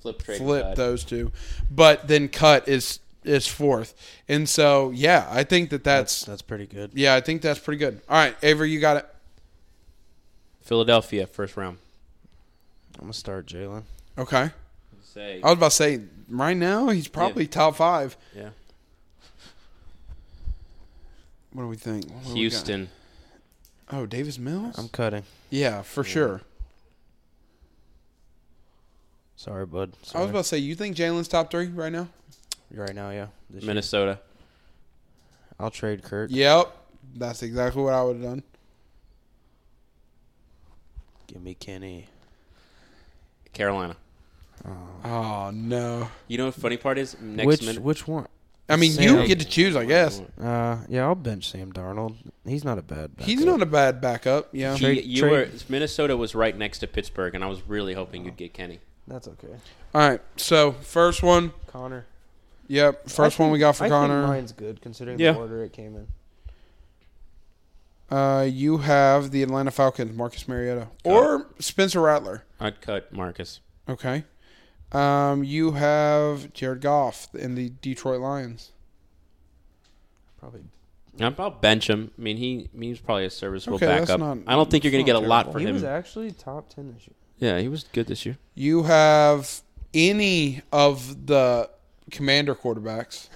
S3: Flip trade.
S1: flip
S3: cut.
S1: those two, but then cut is is fourth. And so, yeah, I think that that's,
S2: That's pretty good.
S1: yeah, I think that's pretty good. All right, Avery, you got it.
S3: Philadelphia first round.
S2: I'm gonna start Jalen.
S1: Okay.
S3: Say.
S1: I was about to say, right now he's probably top five.
S3: Yeah.
S1: What do we think? What do we
S3: Houston.
S1: got? oh, Davis Mills.
S2: I'm cutting.
S1: yeah, for sure.
S2: Sorry, bud.
S1: I
S2: Sorry.
S1: was about to say, you think Jalen's top three right now?
S2: right now, yeah. This year.
S3: Minnesota.
S2: I'll trade Kirk.
S1: Yep, that's exactly what I would have done.
S2: Give me Kenny.
S3: Carolina.
S1: Oh no!
S3: You know what the funny part is? Next
S2: which
S3: minute.
S2: which one?
S1: I mean, you
S2: Sam-
S1: get to choose, I guess.
S2: Uh, yeah, I'll bench Sam Darnold. He's not a bad. Backup.
S1: He's not a bad backup. Yeah,
S3: He,
S2: Trade-
S3: you
S2: trade-
S3: were Minnesota was right next to Pittsburgh, and I was really hoping you'd get Kenny.
S2: That's okay.
S1: All right. So first one.
S2: Connor.
S1: Yep. First one we got for Connor.
S2: mine's good considering
S3: Yeah.
S2: the order it came in.
S1: Uh, you have the Atlanta Falcons, Marcus Mariota, or Spencer Rattler.
S3: I'd cut Marcus.
S1: Okay. Um, you have Jared Goff and the Detroit Lions.
S2: Probably.
S3: I'm- I'll bench him. I mean, he he's probably a serviceable
S1: Okay, that's
S3: backup.
S1: not-
S3: I don't think you're going
S1: that's
S3: to get
S1: not
S3: a lot
S1: terrible.
S3: for
S2: he
S3: him.
S2: was actually top ten this year.
S3: yeah, he was good this year.
S1: You have any of the commander quarterbacks.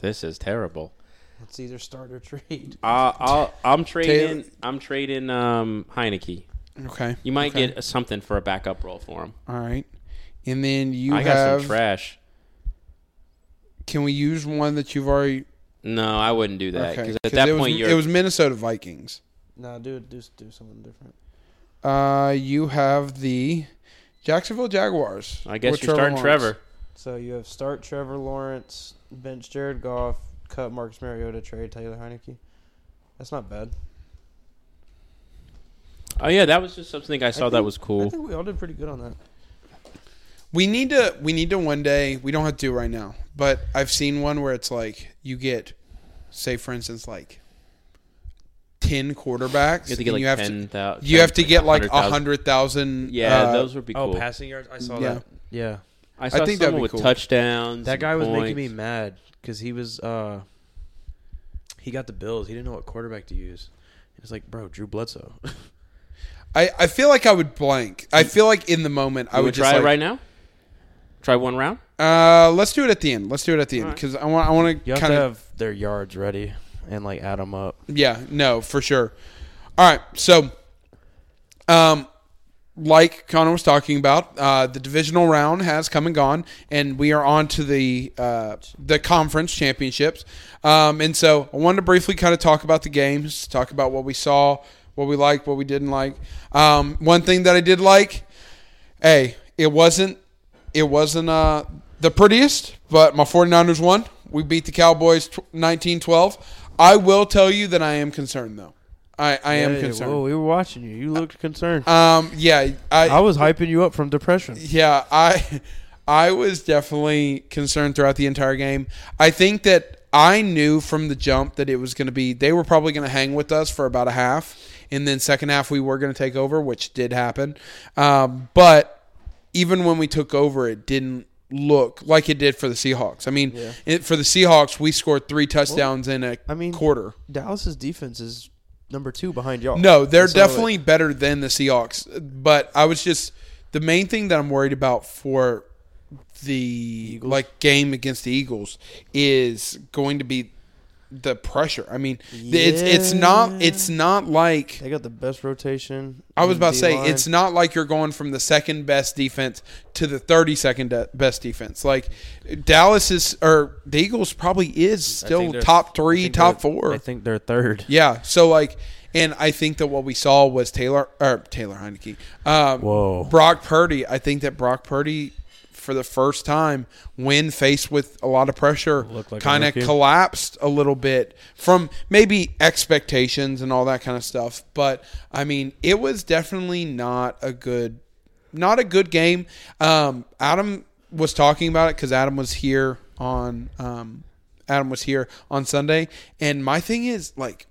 S3: This is terrible.
S2: It's either start or trade.
S3: I, I'll, I'm trading. I'm trading um, Heineke.
S1: Okay.
S3: You might
S1: Okay.
S3: get something for a backup role for him.
S1: All right. And then you
S3: I got
S1: have.
S3: some trash.
S1: can we use one that you've already?
S3: No, I wouldn't do that
S1: Okay.
S3: because
S1: 'Cause
S3: at that
S1: it was-
S3: point you're.
S1: it was Minnesota Vikings.
S2: Nah, do do do something different.
S1: Uh, you have the Jacksonville Jaguars.
S3: I guess
S1: with
S3: you're starting
S1: Lawrence.
S3: Trevor.
S2: So you have start Trevor Lawrence, bench Jared Goff, cut Marcus Mariota, trade Taylor Heineke. That's not bad.
S3: Oh yeah, that was just something I saw that
S2: think-
S3: was
S2: I
S3: cool.
S2: think we all did pretty good on that.
S1: We need to. We need to one day. We don't have to do it right now. But I've seen one where it's like you get, say for instance, like ten quarterbacks.
S3: You have to
S1: and
S3: get like
S1: you have to,
S3: ten thousand.
S1: you have to get like a hundred thousand.
S3: Yeah,
S1: uh,
S3: those would be cool.
S2: Oh, passing yards. I saw
S1: Yeah.
S2: Yeah,
S3: I saw
S1: think that'd
S3: someone
S1: be
S3: with
S1: cool.
S3: touchdowns.
S2: that
S3: and
S2: guy was making
S3: points.
S2: me mad because he was uh, he got the Bills. He didn't know what quarterback to use. It's like, bro, Drew Bledsoe.
S1: I, I feel like I would blank. I feel like in the moment I
S3: I
S1: would,
S3: would
S1: just
S3: try it
S1: like,
S3: right now. Try one round.
S1: Uh, let's do it at the end. Let's do it at the end because I want I want
S2: You
S1: to
S2: have
S1: kind of
S2: to have their yards ready and like add them up.
S1: yeah no for sure. All right, so um, like Connor was talking about, uh, the divisional round has come and gone, and we are on to the uh, the conference championships. Um, and so I wanted to briefly kind of talk about the games, talk about what we saw, what we liked, what we didn't like. Um, one thing that I did like, hey, it wasn't it wasn't uh, the prettiest, but my 49ers won. We beat the Cowboys 19-12. I will tell you that I am concerned though. I, I am concerned.
S2: we were watching you. You looked concerned.
S1: Um, yeah,
S2: I was hyping you up from depression.
S1: Yeah, I I was definitely concerned throughout the entire game. I think that I knew from the jump that it was going to be they were probably going to hang with us for about a half, and then second half we were going to take over, which did happen. Um, but even when we took over, it didn't look like it did for the Seahawks. I mean, it, for the Seahawks, we scored three touchdowns in a
S2: I mean-
S1: quarter.
S2: Dallas's defense is number two behind y'all.
S1: No, they're
S2: So, like,
S1: definitely better than the Seahawks. But I was just the main thing that I'm worried about for the like game against the Eagles is going to be the pressure. I mean, th- it's it's not
S2: Yeah.
S1: it's not like
S2: They got the best rotation.
S1: I was about to say
S2: D-line.
S1: it's not like you're going from the second best defense to the 32nd de- best defense. Like Dallas is or the Eagles probably is
S2: I
S1: still
S2: think they're-
S1: top
S2: I
S1: 3,
S2: think
S1: top
S2: they're-
S1: 4.
S2: I think they're third.
S1: Yeah. So like, and I think that what we saw was Taylor or Taylor Heineke. Um,
S2: Whoa.
S1: Brock Purdy. I think that Brock Purdy, for the first time, when faced with a lot of pressure,
S2: Looked like a
S1: kind of
S2: rookie.
S1: collapsed a little bit from maybe expectations and all that kind of stuff. But I mean, it was definitely not a good, not a good game. Um, Adam was talking about it because Adam was here on. Um, Adam was here on Sunday, and my thing is like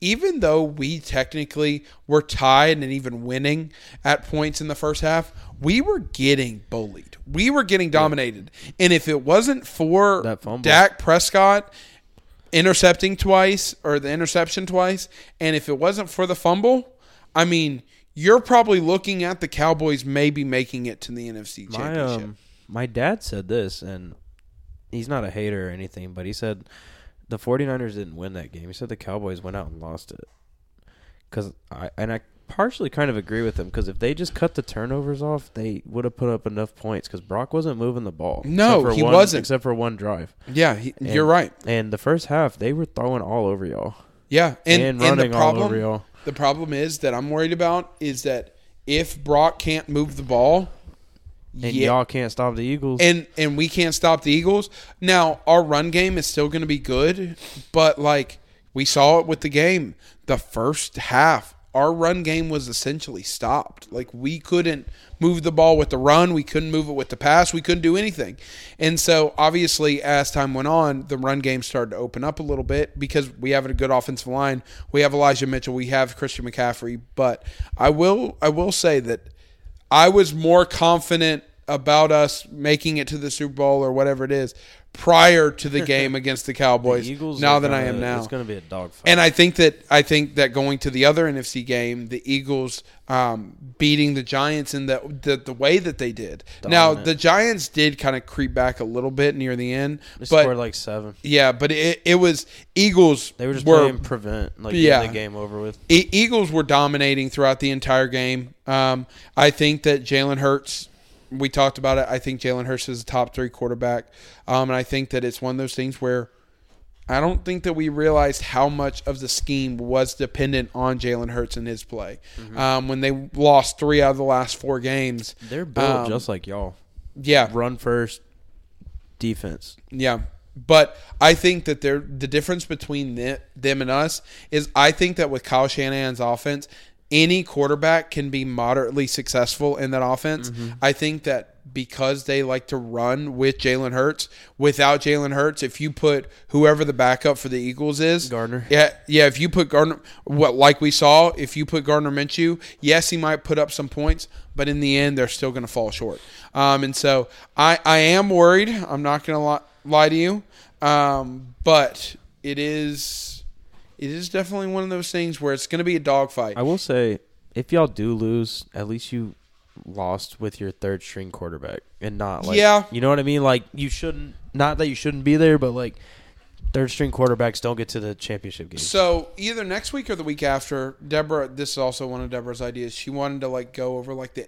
S1: even though we technically were tied and even winning at points in the first half, we were getting bullied. We were getting dominated. And if it wasn't for
S2: That fumble.
S1: Dak Prescott intercepting twice or the interception twice, and if it wasn't for the fumble, I mean, you're probably looking at the Cowboys maybe making it to the NFC
S2: My
S1: Championship.
S2: um, my dad said this, and he's not a hater or anything, but he said the 49ers didn't win that game. He said the Cowboys went out and lost it. Cause I and I partially kind of agree with him because if they just cut the turnovers off, they would have put up enough points. Because Brock wasn't moving the ball.
S1: No,
S2: except for
S1: he
S2: one-
S1: wasn't.
S2: except for one drive.
S1: yeah, he,
S2: And-
S1: you're right.
S2: And the first half, they were throwing all over y'all.
S1: Yeah, and,
S2: And
S1: and the
S2: running all
S1: problem
S2: over y'all.
S1: the problem is that I'm worried about is that if Brock can't move the ball,
S2: And
S1: yeah,
S2: y'all can't stop the Eagles.
S1: and and we can't stop the Eagles. Now our run game is still going to be good, but like we saw it with the game, the first half, our run game was essentially stopped. Like we couldn't move the ball with the run, we couldn't move it with the pass, we couldn't do anything. And so obviously, as time went on, the run game started to open up a little bit because we have a good offensive line. We have Elijah Mitchell, we have Christian McCaffrey, but I will I will say that I was more confident about us making it to the Super Bowl or whatever it is prior to the game against the Cowboys.
S2: Eagles
S1: now
S2: are
S1: than I
S2: gonna-
S1: am now.
S2: It's going to be a dogfight.
S1: And I think that I think that going to the other NFC game, the Eagles um, beating the Giants in the, the the way that they did. Now
S2: Dominant.
S1: the Giants did kind of creep back a little bit near the end,
S2: They
S1: but
S2: scored like seven.
S1: yeah, but it, it was Eagles.
S2: They were just playing prevent, like
S1: Yeah.
S2: getting the game over with.
S1: E- Eagles were dominating throughout the entire game. Um, I think that Jalen Hurts. We talked about it. I think Jalen Hurts is a top three quarterback, um, and I think that it's one of those things where I don't think that we realized how much of the scheme was dependent on Jalen Hurts and his play.
S2: Mm-hmm.
S1: Um, when they lost three out of the last four games,
S2: They're built
S1: Um,
S2: just like y'all.
S1: yeah,
S2: Run first, defense.
S1: Yeah. But I think that they're, the difference between the, them and us is I think that with Kyle Shanahan's offense, any quarterback can be moderately successful in that offense. I think that because they like to run with Jalen Hurts, without Jalen Hurts, if you put whoever the backup for the Eagles is,
S2: Gardner.
S1: yeah, yeah. If you put Gardner, what like we saw, if you put Gardner Minshew, yes, he might put up some points, but in the end, they're still going to fall short. Um, and so I, I am worried. I'm not going to lie, lie to you, um, but it is, it is definitely one of those things where it's going to be a dogfight.
S2: I will say if y'all do lose, at least you lost with your third string quarterback and not like
S1: Yeah.
S2: you know what I mean? Like you shouldn't not that you shouldn't be there, but like third string quarterbacks don't get to the championship game.
S1: So either next week or the week after, Deborah. This is also one of Deborah's ideas. She wanted to like go over like the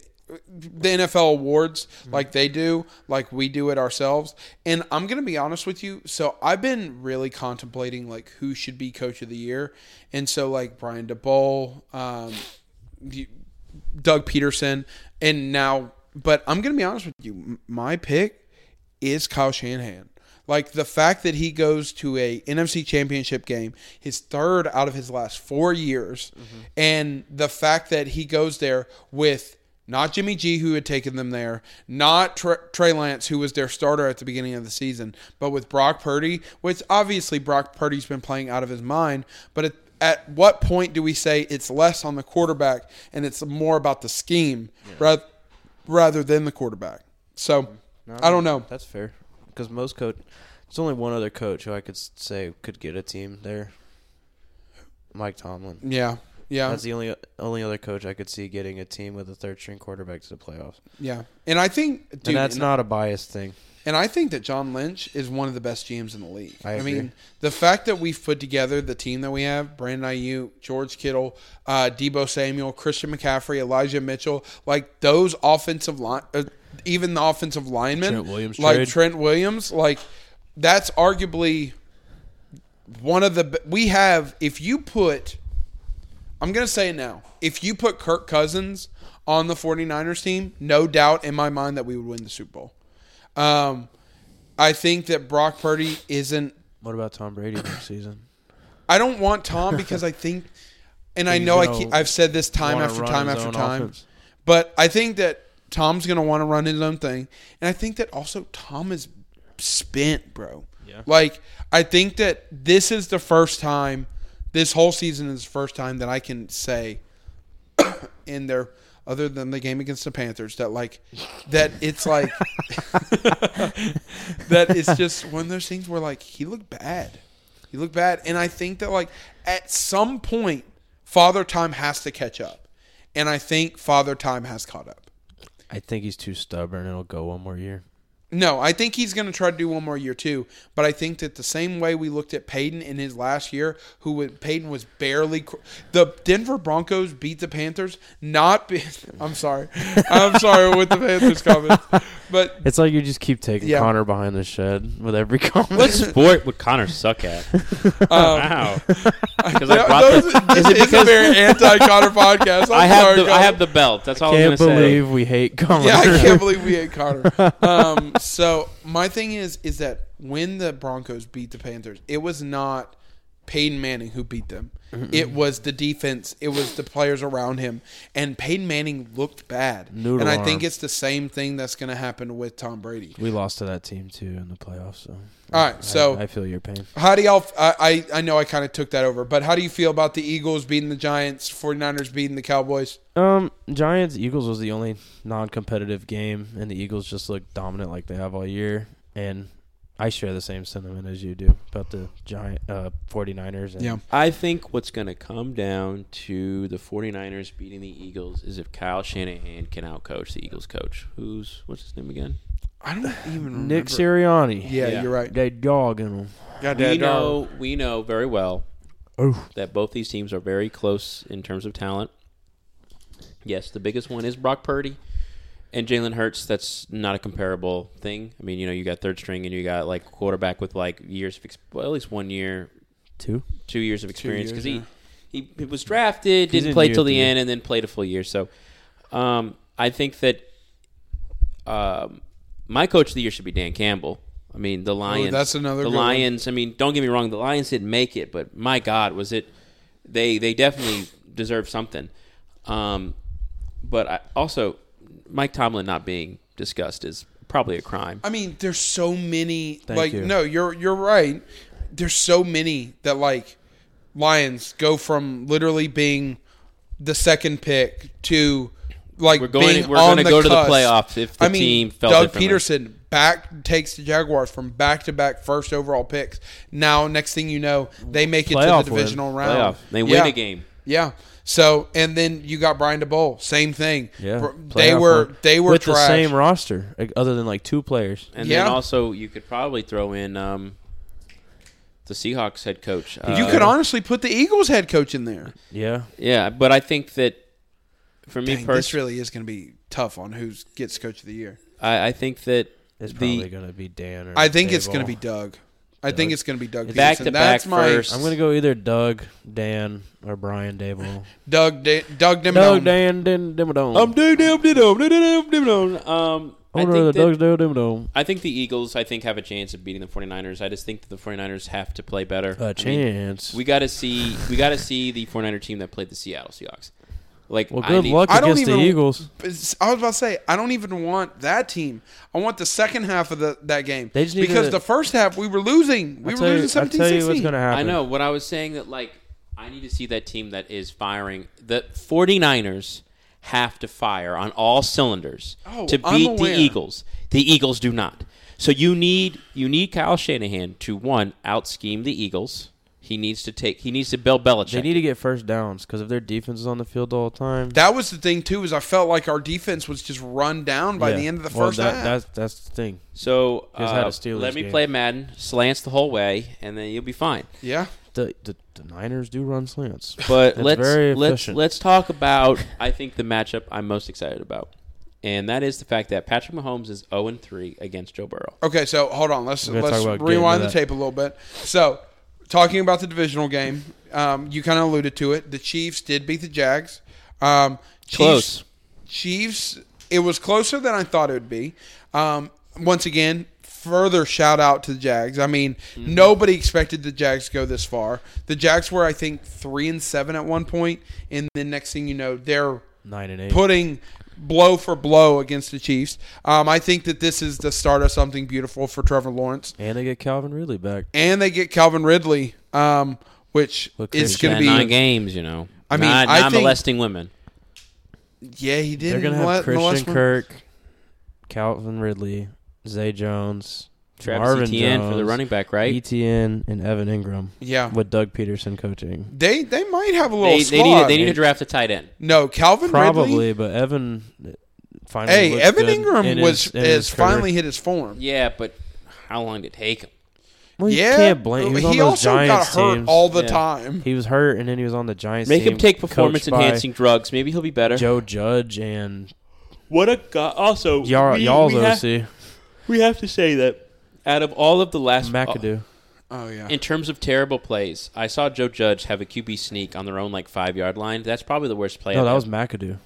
S1: the NFL awards like they do, like we do it ourselves. And I'm gonna be honest with you. So I've been really contemplating like who should be coach of the year, and so like Brian DeBole, um, you- Doug Peterson, and now. But I'm gonna be honest with you. M- My pick is Kyle Shanahan. Like the fact that he goes to a NFC championship game, his third out of his last four years, and the fact that he goes there with not Jimmy G, who had taken them there, not Tre- Trey Lance, who was their starter at the beginning of the season, but with Brock Purdy, which obviously Brock Purdy's been playing out of his mind. But at, at what point do we say it's less on the quarterback and it's more about the scheme rather, rather than the quarterback? So I don't know.
S2: Um, That's fair. Because most coach, there's only one other coach who I could s- say could get a team there. Mike Tomlin.
S1: Yeah. Yeah.
S2: That's the only only other coach I could see getting a team with a third string quarterback to the playoffs.
S1: yeah. And I think dude
S2: and that's
S1: and,
S2: not a biased thing.
S1: and I think that John Lynch is one of the best GMs in the league.
S2: I agree.
S1: mean, the fact that we've put together the team that we have, Brandon Ayuk, George Kittle, uh, Debo Samuel, Christian McCaffrey, Elijah Mitchell, like those offensive line uh, even the offensive linemen
S2: Trent Williams
S1: like
S2: trade.
S1: Trent Williams, like that's arguably one of the b- we have if you put I'm going to say it now. If you put Kirk Cousins on the 49ers team, no doubt in my mind that we would win the Super Bowl. Um, I think that Brock Purdy isn't.
S2: What about Tom Brady next season?
S1: I don't want Tom because I think, and I
S2: He's
S1: know I
S2: gonna
S1: keep, I've said this time
S2: wanna
S1: after
S2: run
S1: time
S2: his
S1: after
S2: own
S1: time,
S2: offense.
S1: but I think that Tom's going to want to run his own thing, and I think that also Tom is spent, bro.
S2: Yeah.
S1: Like I think that this is the first time, this whole season is the first time that I can say in there other than the game against the Panthers that like that it's like that it's just one of those things where like he looked bad. He looked bad and I think that like at some point father time has to catch up. And I think father time has caught up.
S2: I think he's too stubborn. It'll go one more year.
S1: No, I think he's going to try to do one more year too. But I think that the same way we looked at Payton in his last year, who would, Payton was barely cr- the Denver Broncos beat the Panthers. Not, be, I'm sorry, I'm sorry with the Panthers comments, but
S2: It's like you just keep taking
S1: Yeah.
S2: Connor behind the shed with every comment.
S3: What sport would Connor suck at?
S1: Um,
S3: wow. Because I brought
S1: No,
S3: the,
S1: this is, a very anti-Connor podcast. I'm
S3: I have
S1: sorry,
S3: the I
S1: Connor.
S3: have the belt. That's all I'm gonna
S2: Can't
S3: say.
S2: believe we hate Connor.
S1: Yeah, I can't believe we ate Connor. Um, so my thing is, is that when the Broncos beat the Panthers, it was not Peyton Manning who beat them. It was the defense. It was the players around him, and Peyton Manning looked bad.
S2: Noodle
S1: and I
S2: arm.
S1: think it's the same thing that's going to happen with Tom Brady.
S2: We lost to that team too in the playoffs. So,
S1: All right,
S2: I-
S1: so-
S2: I feel your pain.
S1: How do y'all? I I, I know I kind of took that over, but how do you feel about the Eagles beating the Giants, 49ers beating the Cowboys?
S2: Um, Giants Eagles was the only non-competitive game, and the Eagles just looked dominant like they have all year. And I share the same sentiment as you do about the Giant uh, 49ers. And
S1: Yeah.
S3: I think what's gonna come down to the 49ers beating the Eagles is if Kyle Shanahan can outcoach the Eagles coach. Who's what's his name again?
S1: I don't even remember.
S2: Nick Sirianni.
S1: Yeah,
S3: Yeah.
S1: you're right.
S2: They dogging him.
S1: Goddamn
S3: We
S1: darn.
S3: know we know very well
S2: Oh,
S3: that both these teams are very close in terms of talent. Yes, the biggest one is Brock Purdy and Jalen Hurts. That's not a comparable thing. I mean, you know, you got third string and you got like quarterback with like years of ex- well, at least one year,
S2: two.
S3: two years of experience
S1: years,
S3: because he, he he was drafted,
S2: in
S3: didn't play
S2: year
S3: till the
S2: three.
S3: end, and then played a full year. So, um, I think that um, my coach of the year should be Dan Campbell. I mean, the Lions.
S1: Oh, that's another
S3: The
S1: good one.
S3: Lions. I mean, don't get me wrong. The Lions didn't make it, but my God, was it? They they definitely deserve something. Um, but I, also, Mike Tomlin not being discussed is probably a crime.
S1: I mean, there's so many.
S2: Thank
S1: like,
S2: you.
S1: no, you're you're right. There's so many that like Lions go from literally being the second pick to like
S3: We're going-
S1: Being
S3: we're
S1: on
S3: gonna
S1: the
S3: go to the
S1: cusp.
S3: playoffs if the
S1: I mean,
S3: team felt
S1: Doug
S3: differently.
S1: Peterson back takes the Jaguars from back to back first overall picks. Now, next thing you know, they make it to
S2: Playoff
S1: the
S2: win.
S1: divisional round.
S3: Playoff. They win
S1: Yeah.
S3: a game.
S1: Yeah. So and then you got Brian DeBole, same thing.
S2: Yeah,
S1: Br-
S2: playoff
S1: they were
S2: run.
S1: they were
S2: with
S1: trash.
S2: the same roster, like, other than like two players.
S3: And
S1: Yeah.
S3: then also you could probably throw in um, the Seahawks head coach.
S1: you
S3: Uh,
S1: could honestly put the Eagles head coach in there.
S2: Yeah,
S3: yeah, but I think that for me
S1: Dang, this
S3: personally,
S1: really is going to be tough on who gets coach of the year.
S3: I, I think that
S2: it's probably
S3: the
S2: gonna be Dan. Or
S1: I think it's
S2: Dayball.
S1: going to be Doug. I think it's going to be Doug Peterson.
S3: Back to back
S1: That's my
S3: first.
S2: I'm gonna go either Doug, Dan, or Brian Dable.
S1: Doug da- Doug Dimmadome.
S2: Doug, Dan, Dan, Dimmadome.
S3: um, do- do- do- do- do- do- do- do- um, I
S2: Owner of the
S3: think
S2: Doug's
S3: that,
S2: Dale Dimmadome.
S3: I think the Eagles I think have a chance of beating the 49ers. I just think that the 49ers have to play better. I
S2: A
S3: mean,
S2: chance.
S3: we got to see we got to see the 49er team that played the Seattle Seahawks. Like
S2: well,
S3: I
S2: good
S3: need-
S2: luck
S1: I don't
S2: against the
S1: even-
S2: Eagles.
S1: It's- I was about to say I don't even want that team. I want the second half of the, that game
S2: They just need
S1: because
S2: to-
S1: the first half we were losing. We
S2: I'll
S1: were
S2: tell you,
S1: losing
S2: I'll
S1: 17
S2: tell you what's gonna happen.
S3: I know what I was saying that like I need to see that team that is firing. The 49ers have to fire on all cylinders
S1: Oh,
S3: to
S1: I'm
S3: beat
S1: aware.
S3: the Eagles. The Eagles do not. So you need you need Kyle Shanahan to one out scheme the Eagles. He needs to take he needs to Bill Belichick.
S2: They need to get first downs because if their defense is on the field all the time,
S1: That was the thing too is I felt like our defense was just run down by
S2: Yeah.
S1: the end of the
S2: Well,
S1: first
S2: that-
S1: half.
S2: That's that's the thing.
S3: so
S2: Here's how
S3: uh,
S2: to steal
S3: let
S2: this
S3: me
S2: game.
S3: play Madden slants the whole way and then you'll be fine.
S1: yeah.
S2: The, the the Niners do run slants.
S3: But
S2: That's
S3: let's
S2: very
S3: let's
S2: efficient.
S3: let's talk about I think the matchup I'm most excited about. And that is the fact that Patrick Mahomes is 0 3 against Joe Burrow.
S1: Okay, so hold on. Let's
S2: We're gonna
S1: let's
S2: talk about getting
S1: rewind
S2: to
S1: the
S2: that.
S1: tape a little bit. So, talking about the divisional game, um, you kind of alluded to it. The Chiefs did beat the Jags. Um, Chiefs,
S3: Close.
S1: Chiefs. It was closer than I thought it would be. Um, once again, further shout out to the Jags. I mean,
S2: Mm-hmm.
S1: nobody expected the Jags to go this far. The Jags were, I think, three and seven at one point, and then next thing you know, they're
S2: Nine and eight.
S1: putting blow for blow against the Chiefs. Um, I think that this is the start of something beautiful for Trevor Lawrence,
S2: and they get Calvin Ridley back.
S1: and they get Calvin Ridley, um, which
S2: Look,
S1: is
S2: Chris
S1: going to
S3: Yeah,
S1: be
S3: nine games, you know.
S1: I mean,
S3: not,
S1: I
S3: not
S1: think-
S3: molesting women.
S1: yeah, he did.
S2: They're gonna
S1: mole-
S2: have Christian
S1: molest one.
S2: Kirk, Calvin Ridley, Zay Jones,
S3: Travis
S2: Marvin
S3: Etienne
S2: Jones,
S3: for the running back, right?
S2: Etienne, and Evan Ingram
S1: Yeah,
S2: with Doug Peterson coaching.
S1: they they might have a little
S3: They, they need
S1: squad.
S3: they need to draft a tight end.
S1: no, Calvin
S2: Probably,
S1: Ridley.
S2: but Evan. Finally
S1: Hey,
S2: looked
S1: Evan
S2: good in
S1: Ingram
S2: his-
S1: was
S2: in his
S1: has
S2: career.
S1: finally hit his form.
S3: Yeah, but how long did it take him?
S2: Well, you
S1: yeah,
S2: can't blame. He was on those
S1: also
S2: Giants
S1: got hurt
S2: teams.
S1: all the
S3: Yeah.
S1: time.
S2: He was hurt, and then he was on the Giants.
S3: Make him
S2: team,
S3: take
S2: coached
S3: performance
S2: by
S3: enhancing drugs. Maybe he'll be better.
S2: Joe Judge and
S3: What a guy. Also,
S2: y'all, y'all's
S3: have,
S2: OC
S3: we have to say that out of all of the last uh,
S2: McAdoo.
S1: Oh yeah,
S3: In terms of terrible plays, I saw Joe Judge have a QB sneak on their own like five yard line. That's probably the worst play.
S2: no,
S3: I've
S2: that was
S3: ever-
S2: McAdoo.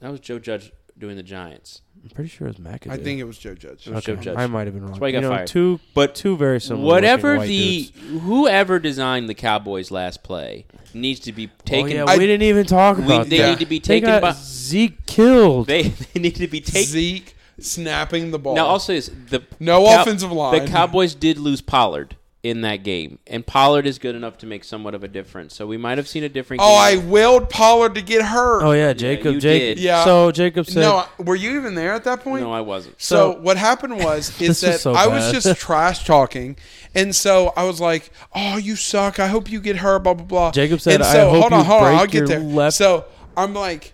S3: that was Joe Judge doing the Giants.
S2: I'm pretty sure it was McAdoo.
S1: I think it was Joe Judge.
S3: was Joe Judge.
S2: I might have been wrong.
S3: why he got
S2: you know,
S3: fired.
S2: Two,
S3: But
S2: two very similar. looking
S3: Whatever
S2: white
S3: the
S2: dudes.
S3: whoever designed the Cowboys' last play needs to be
S2: oh,
S3: taken.
S2: yeah,
S1: I-
S2: we didn't even talk
S3: we,
S2: about
S3: they
S1: Yeah.
S2: that.
S3: need to be
S2: They
S3: taken
S2: got
S3: by.
S2: Zeke killed.
S3: They, they need to be taken.
S1: Zeke snapping the ball.
S3: Now, also is the
S1: No offensive line.
S3: The Cowboys did lose Pollard in that game, and Pollard is good enough to make somewhat of a difference. So we might have seen a different.
S1: oh, I
S3: game.
S1: willed Pollard to get hurt.
S2: oh yeah, Jacob.
S3: you
S2: Jacob.
S3: did.
S1: Yeah.
S2: So Jacob said,
S1: no, I- were you even there at that point?
S3: no, I wasn't.
S1: So,
S2: So-
S1: what happened was is
S2: This
S1: that
S2: was so
S1: I was
S2: bad.
S1: just trash talking, and so I was like, "Oh, you suck! I hope you get hurt." Blah blah blah.
S2: Jacob said,
S1: And
S2: "I
S1: so,
S2: hope
S1: hold on,
S2: you
S1: hold on,
S2: break
S1: I'll get
S2: your
S1: there."
S2: left-
S1: So I'm like,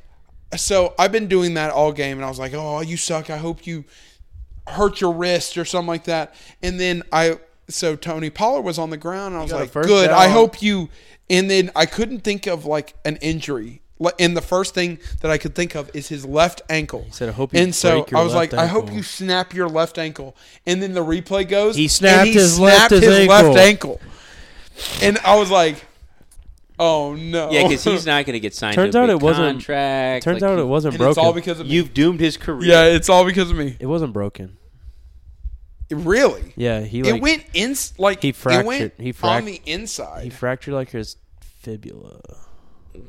S1: so I've been doing that all game, and I was like, "Oh, you suck! I hope you hurt your wrist or something like that." And then I, so Tony Pollard was on the ground, and I was
S2: got a
S1: like,
S2: first
S1: "Good, I
S2: down.
S1: hope you." And then I couldn't think of like an injury. Like, And the first thing that I could think of is his left ankle. He
S2: said, "I hope you
S1: And so
S2: break your
S1: I was
S2: left
S1: like, "I hope
S2: ankle."
S1: you snap your left ankle, and then the replay goes.
S2: He snapped
S1: and
S2: his left- his ankle.
S1: left ankle, and I was like, "Oh no!"
S3: Yeah, because he's not going to get signed.
S2: Turns
S3: to a
S2: out
S3: big
S2: it wasn't-
S3: Contract.
S2: turns
S3: Like,
S2: out
S3: you-
S2: it wasn't
S1: and
S2: broken.
S1: it's all because of me.
S3: You've doomed his career.
S1: yeah, it's all because of me.
S2: it wasn't broken.
S1: Really,
S2: Yeah, he like
S1: it went in like
S2: He
S1: It went
S2: fractured- he frac-
S1: on the inside.
S2: he fractured like his fibula.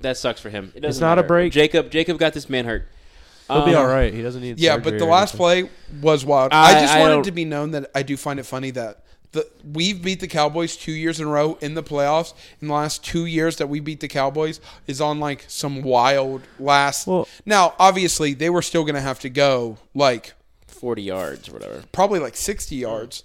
S3: That sucks for him. It doesn't
S2: It's not a
S3: matter.
S2: break.
S3: Jacob. Jacob got this man hurt.
S2: He'll be
S3: Um,
S2: all right. He doesn't need.
S1: yeah,
S2: surgery
S1: but the
S2: or
S1: last
S2: anything.
S1: play was wild. I,
S3: I-
S1: just
S3: I
S1: wanted
S3: don't-
S1: to be known that I do find it funny that. The, we've beat the Cowboys two years in a row in the playoffs. In the last two years that we beat the Cowboys is on like some wild last.
S2: Well-
S1: now, obviously, they were still going to have to go like
S3: Forty yards or whatever.
S1: probably like 60 yards.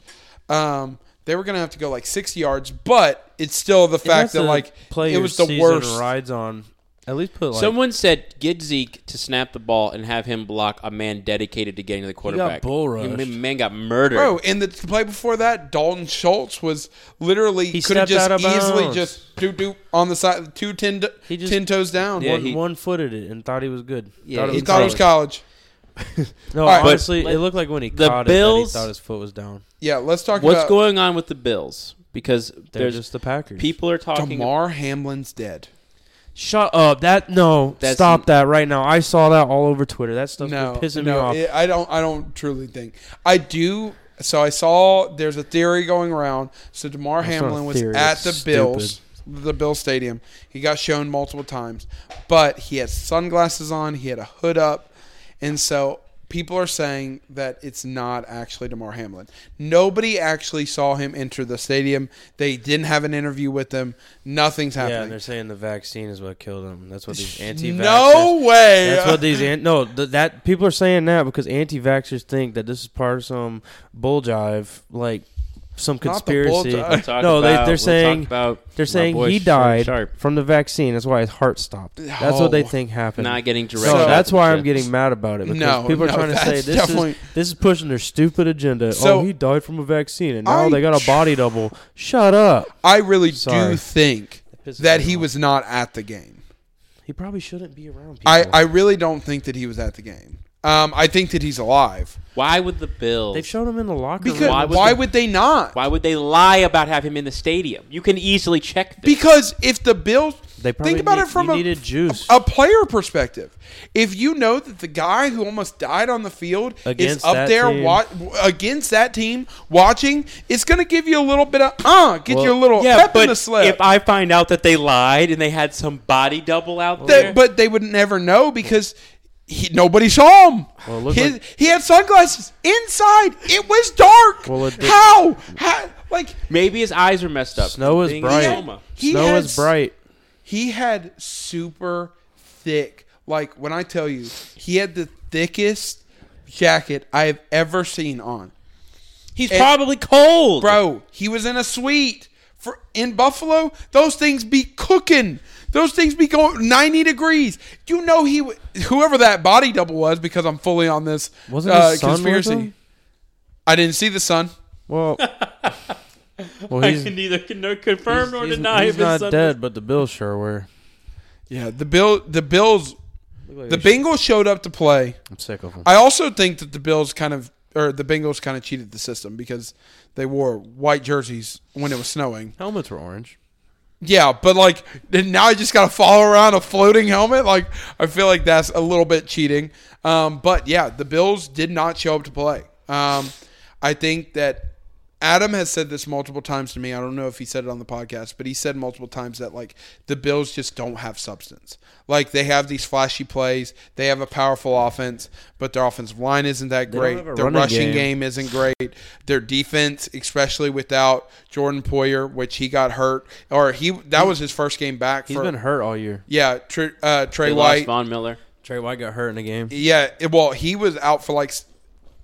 S1: Um, they were going to have to go like 60 yards, but it's still the
S2: And
S1: fact
S2: that's
S1: that
S2: the
S1: like
S2: play
S1: it
S2: your
S1: was the
S2: season
S1: worst.
S2: rides on At least put like
S3: Someone said get Zeke to snap the ball and have him block a man dedicated to getting to the quarterback.
S2: bull
S3: The
S2: rushed.
S3: man got murdered.
S1: Bro, and the, the play before that, Dalton Schultz was literally could have
S2: stepped out
S1: just
S2: of
S1: easily
S2: bounds.
S1: just doop doop on the side, two ten,
S2: He just-
S1: ten toes down.
S3: Yeah,
S2: one,
S3: he-
S2: one footed it and thought he was good.
S3: Yeah,
S1: he thought it was college.
S2: No,
S1: All right. But-
S2: honestly, it looked like when he
S3: The
S2: caught
S3: Bills-
S2: it, that he thought his foot was down.
S1: Yeah, let's talk
S3: What's
S1: about
S3: going on with the Bills? Because
S2: They're
S3: there's
S2: just the Packers.
S3: people are talking.
S1: Damar Hamlin's dead.
S2: Shut up! That no,
S3: That's-
S2: stop that right now. I saw that all over Twitter. That stuff's
S1: no,
S2: been pissing
S1: no,
S2: me off.
S1: it- I don't. I don't truly think. I do. So I saw there's a theory going around. So Damar
S2: That's not a
S1: Hamlin was
S2: theory,
S1: at
S2: it's
S1: the
S2: stupid.
S1: Bills, the Bill Stadium. He got shown multiple times, but he had sunglasses on. He had a hood up, and so people are saying that it's not actually Damar Hamlin. Nobody actually saw him enter the stadium. They didn't have an interview with him. Nothing's
S2: yeah, and
S1: happening.
S2: they're saying the vaccine is what killed him. That's what these anti.
S1: no way.
S2: That's what these an- no th- that people are saying that because anti-vaxxers think that this is part of some bull jive, like some
S1: Not the bull
S2: conspiracy.
S1: jive.
S3: Talk
S2: no,
S3: about-
S2: they,
S3: we'll
S2: they're
S3: talk
S2: saying
S3: about my
S2: they're saying
S3: boy
S2: he
S3: Shannon
S2: died
S3: Sharp
S2: from the vaccine. That's why his heart stopped. That's what they
S1: Oh.
S2: think happened.
S3: not getting direct.
S2: so
S1: shots
S2: that's
S3: and
S2: why I'm
S3: shit.
S2: getting mad about it. Because
S1: No,
S2: people are
S1: no,
S2: trying to say
S1: that's
S2: this
S1: definitely-
S2: is this is pushing their stupid agenda.
S1: So-
S2: oh, he died from a vaccine, and now
S1: I-
S2: they got a body double. Shut up.
S1: I really do
S2: Sorry.
S1: think
S2: pisses
S1: that
S2: me
S1: he
S2: off.
S1: was not at the game.
S2: He probably shouldn't be around people.
S1: I, I really don't think that he was at the game. Um, I think that he's alive.
S3: Why would the Bills?
S2: They've shown him in the locker
S1: Because
S2: room.
S1: why
S3: Why
S1: would,
S3: would the-
S1: they not?
S3: why would they lie about having him in the stadium? You can easily check this.
S1: Because if the Bills
S2: They probably
S1: think about
S2: need-
S1: it from
S2: you
S1: a,
S2: needed juice.
S1: a player perspective, if you know that the guy who almost died on the field
S2: Against
S1: is up
S2: that
S1: there
S2: team.
S1: wa- against that team watching, it's going to give you a little bit of uh, get
S2: Well,
S1: you a little pep in the slip.
S3: if I find out that they lied and they had some body double out
S1: That-
S3: there,
S1: but they would never know because he, nobody saw him.
S2: Well, it looked
S1: His-
S2: like-
S1: he had sunglasses inside. It was dark.
S2: Well, it did-
S1: How? How? Like
S3: maybe his eyes are messed up.
S2: Snow is
S3: Being
S2: bright.
S3: in a coma.
S1: he
S2: Snow
S1: had
S2: is bright.
S1: he had super thick. Like when I tell you, he had the thickest jacket I have ever seen on.
S3: He's probably cold,
S1: Bro, he was in a suite for in Buffalo. Those things be cooking. Those things be going 90 degrees. You know he w- whoever that body double was because I'm fully on this
S2: Wasn't
S1: uh,
S2: his son with
S1: conspiracy.
S2: him?
S1: I didn't see the sun.
S2: Well, well, he's,
S3: I can
S2: he's,
S3: neither can no confirm nor
S2: he's-
S3: deny
S2: he's
S3: if his
S2: not
S3: son
S2: dead, but the Bills sure were.
S1: Yeah, the bill the Bills the Bengals showed up to play.
S2: I'm sick of him.
S1: I also think that the Bills kind of or the Bengals kind of cheated the system because they wore white jerseys when it was snowing.
S2: Helmets were orange.
S1: Yeah, but like then now I just got to follow around a floating helmet. Like I feel like that's a little bit cheating. Um, but yeah, the Bills did not show up to play. Um, I think that Adam has said this multiple times to me. I don't know if he said it on the podcast, but he said multiple times that like the Bills just don't have substance. Like they have these flashy plays, they have a powerful offense, but their offensive line isn't that
S2: don't
S1: great.
S2: have a
S1: Their
S2: running
S1: rushing
S2: game.
S1: game game isn't great. Their defense, especially without Jordan Poyer, which he got hurt, or he that was his first game back.
S2: He's
S1: for,
S2: been hurt all year.
S1: yeah, tr- uh, Trey
S3: They
S1: White.
S3: lost Von Miller.
S2: Trey White got hurt in a game.
S1: Yeah, it- well, he was out for like s-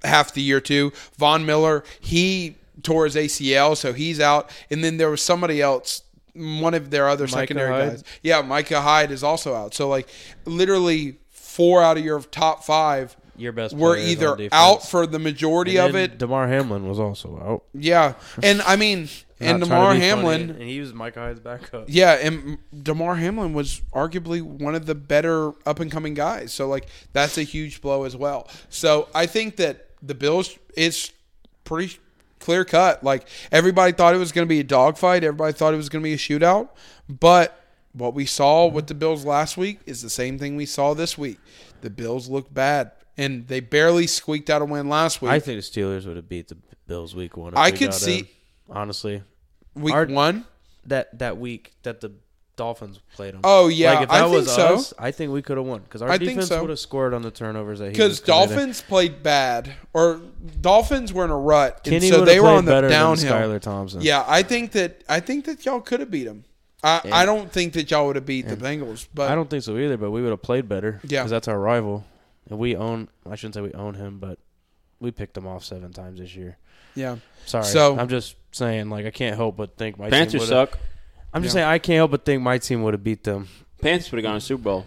S1: half the year too. Von Miller, he tore his ACL, so he's out. And then there was somebody else, one of their other secondary
S2: Hyde?
S1: guys. Yeah, Micah Hyde is also out. So like, literally four out of your top five.
S2: Your best
S1: were
S2: player is on
S1: either
S2: defense.
S1: out for the majority
S2: And
S1: of it,
S2: Damar Hamlin was also out.
S1: Yeah, and I mean, and
S2: Not trying
S1: Damar
S2: to be funny,
S1: Hamlin.
S2: and he was Mike Hyde's backup.
S1: Yeah, and Damar Hamlin was arguably one of the better up and coming guys. So like that's a huge blow as well. So I think that the Bills is pretty clear cut. Like everybody thought it was going to be a dogfight. Everybody thought it was going to be a shootout, but what we saw with the Bills last week is the same thing we saw this week. The Bills looked bad, and they barely squeaked out a win last week.
S2: I think the Steelers would have beat the Bills week one. If
S1: I
S2: they
S1: could
S2: got
S1: see-
S2: in, honestly
S1: week
S2: our-
S1: one.
S2: that that week that the Dolphins played them.
S1: Oh, yeah,
S2: like if
S1: I
S2: that
S1: think
S2: was
S1: so.
S2: us, I think we could have won because our
S1: I think
S2: defense
S1: so.
S2: would have scored on the turnovers that he
S1: because
S2: was committing.
S1: Dolphins played bad, or Dolphins were in a rut, and
S2: Kenny
S1: so
S2: would've
S1: they were
S2: played
S1: on the
S2: better than
S1: downhill.
S2: Skylar Thompson.
S1: Yeah, I think that I think that y'all could have beat them. I, I don't think that y'all would have beat the Bengals, but
S2: I don't think so either, but we would have played better.
S1: Uh, Yeah.
S2: because that's our rival, and we own. I shouldn't say we own him, but we picked him off seven times this year.
S1: yeah,
S2: Sorry,
S1: So-
S2: I'm just saying. Like I can't help but think my team
S3: Panthers
S2: would've-
S3: suck.
S2: I'm just
S1: Yeah.
S2: saying I can't help but think my team would have beat them.
S3: Panthers would have gone to Super Bowl.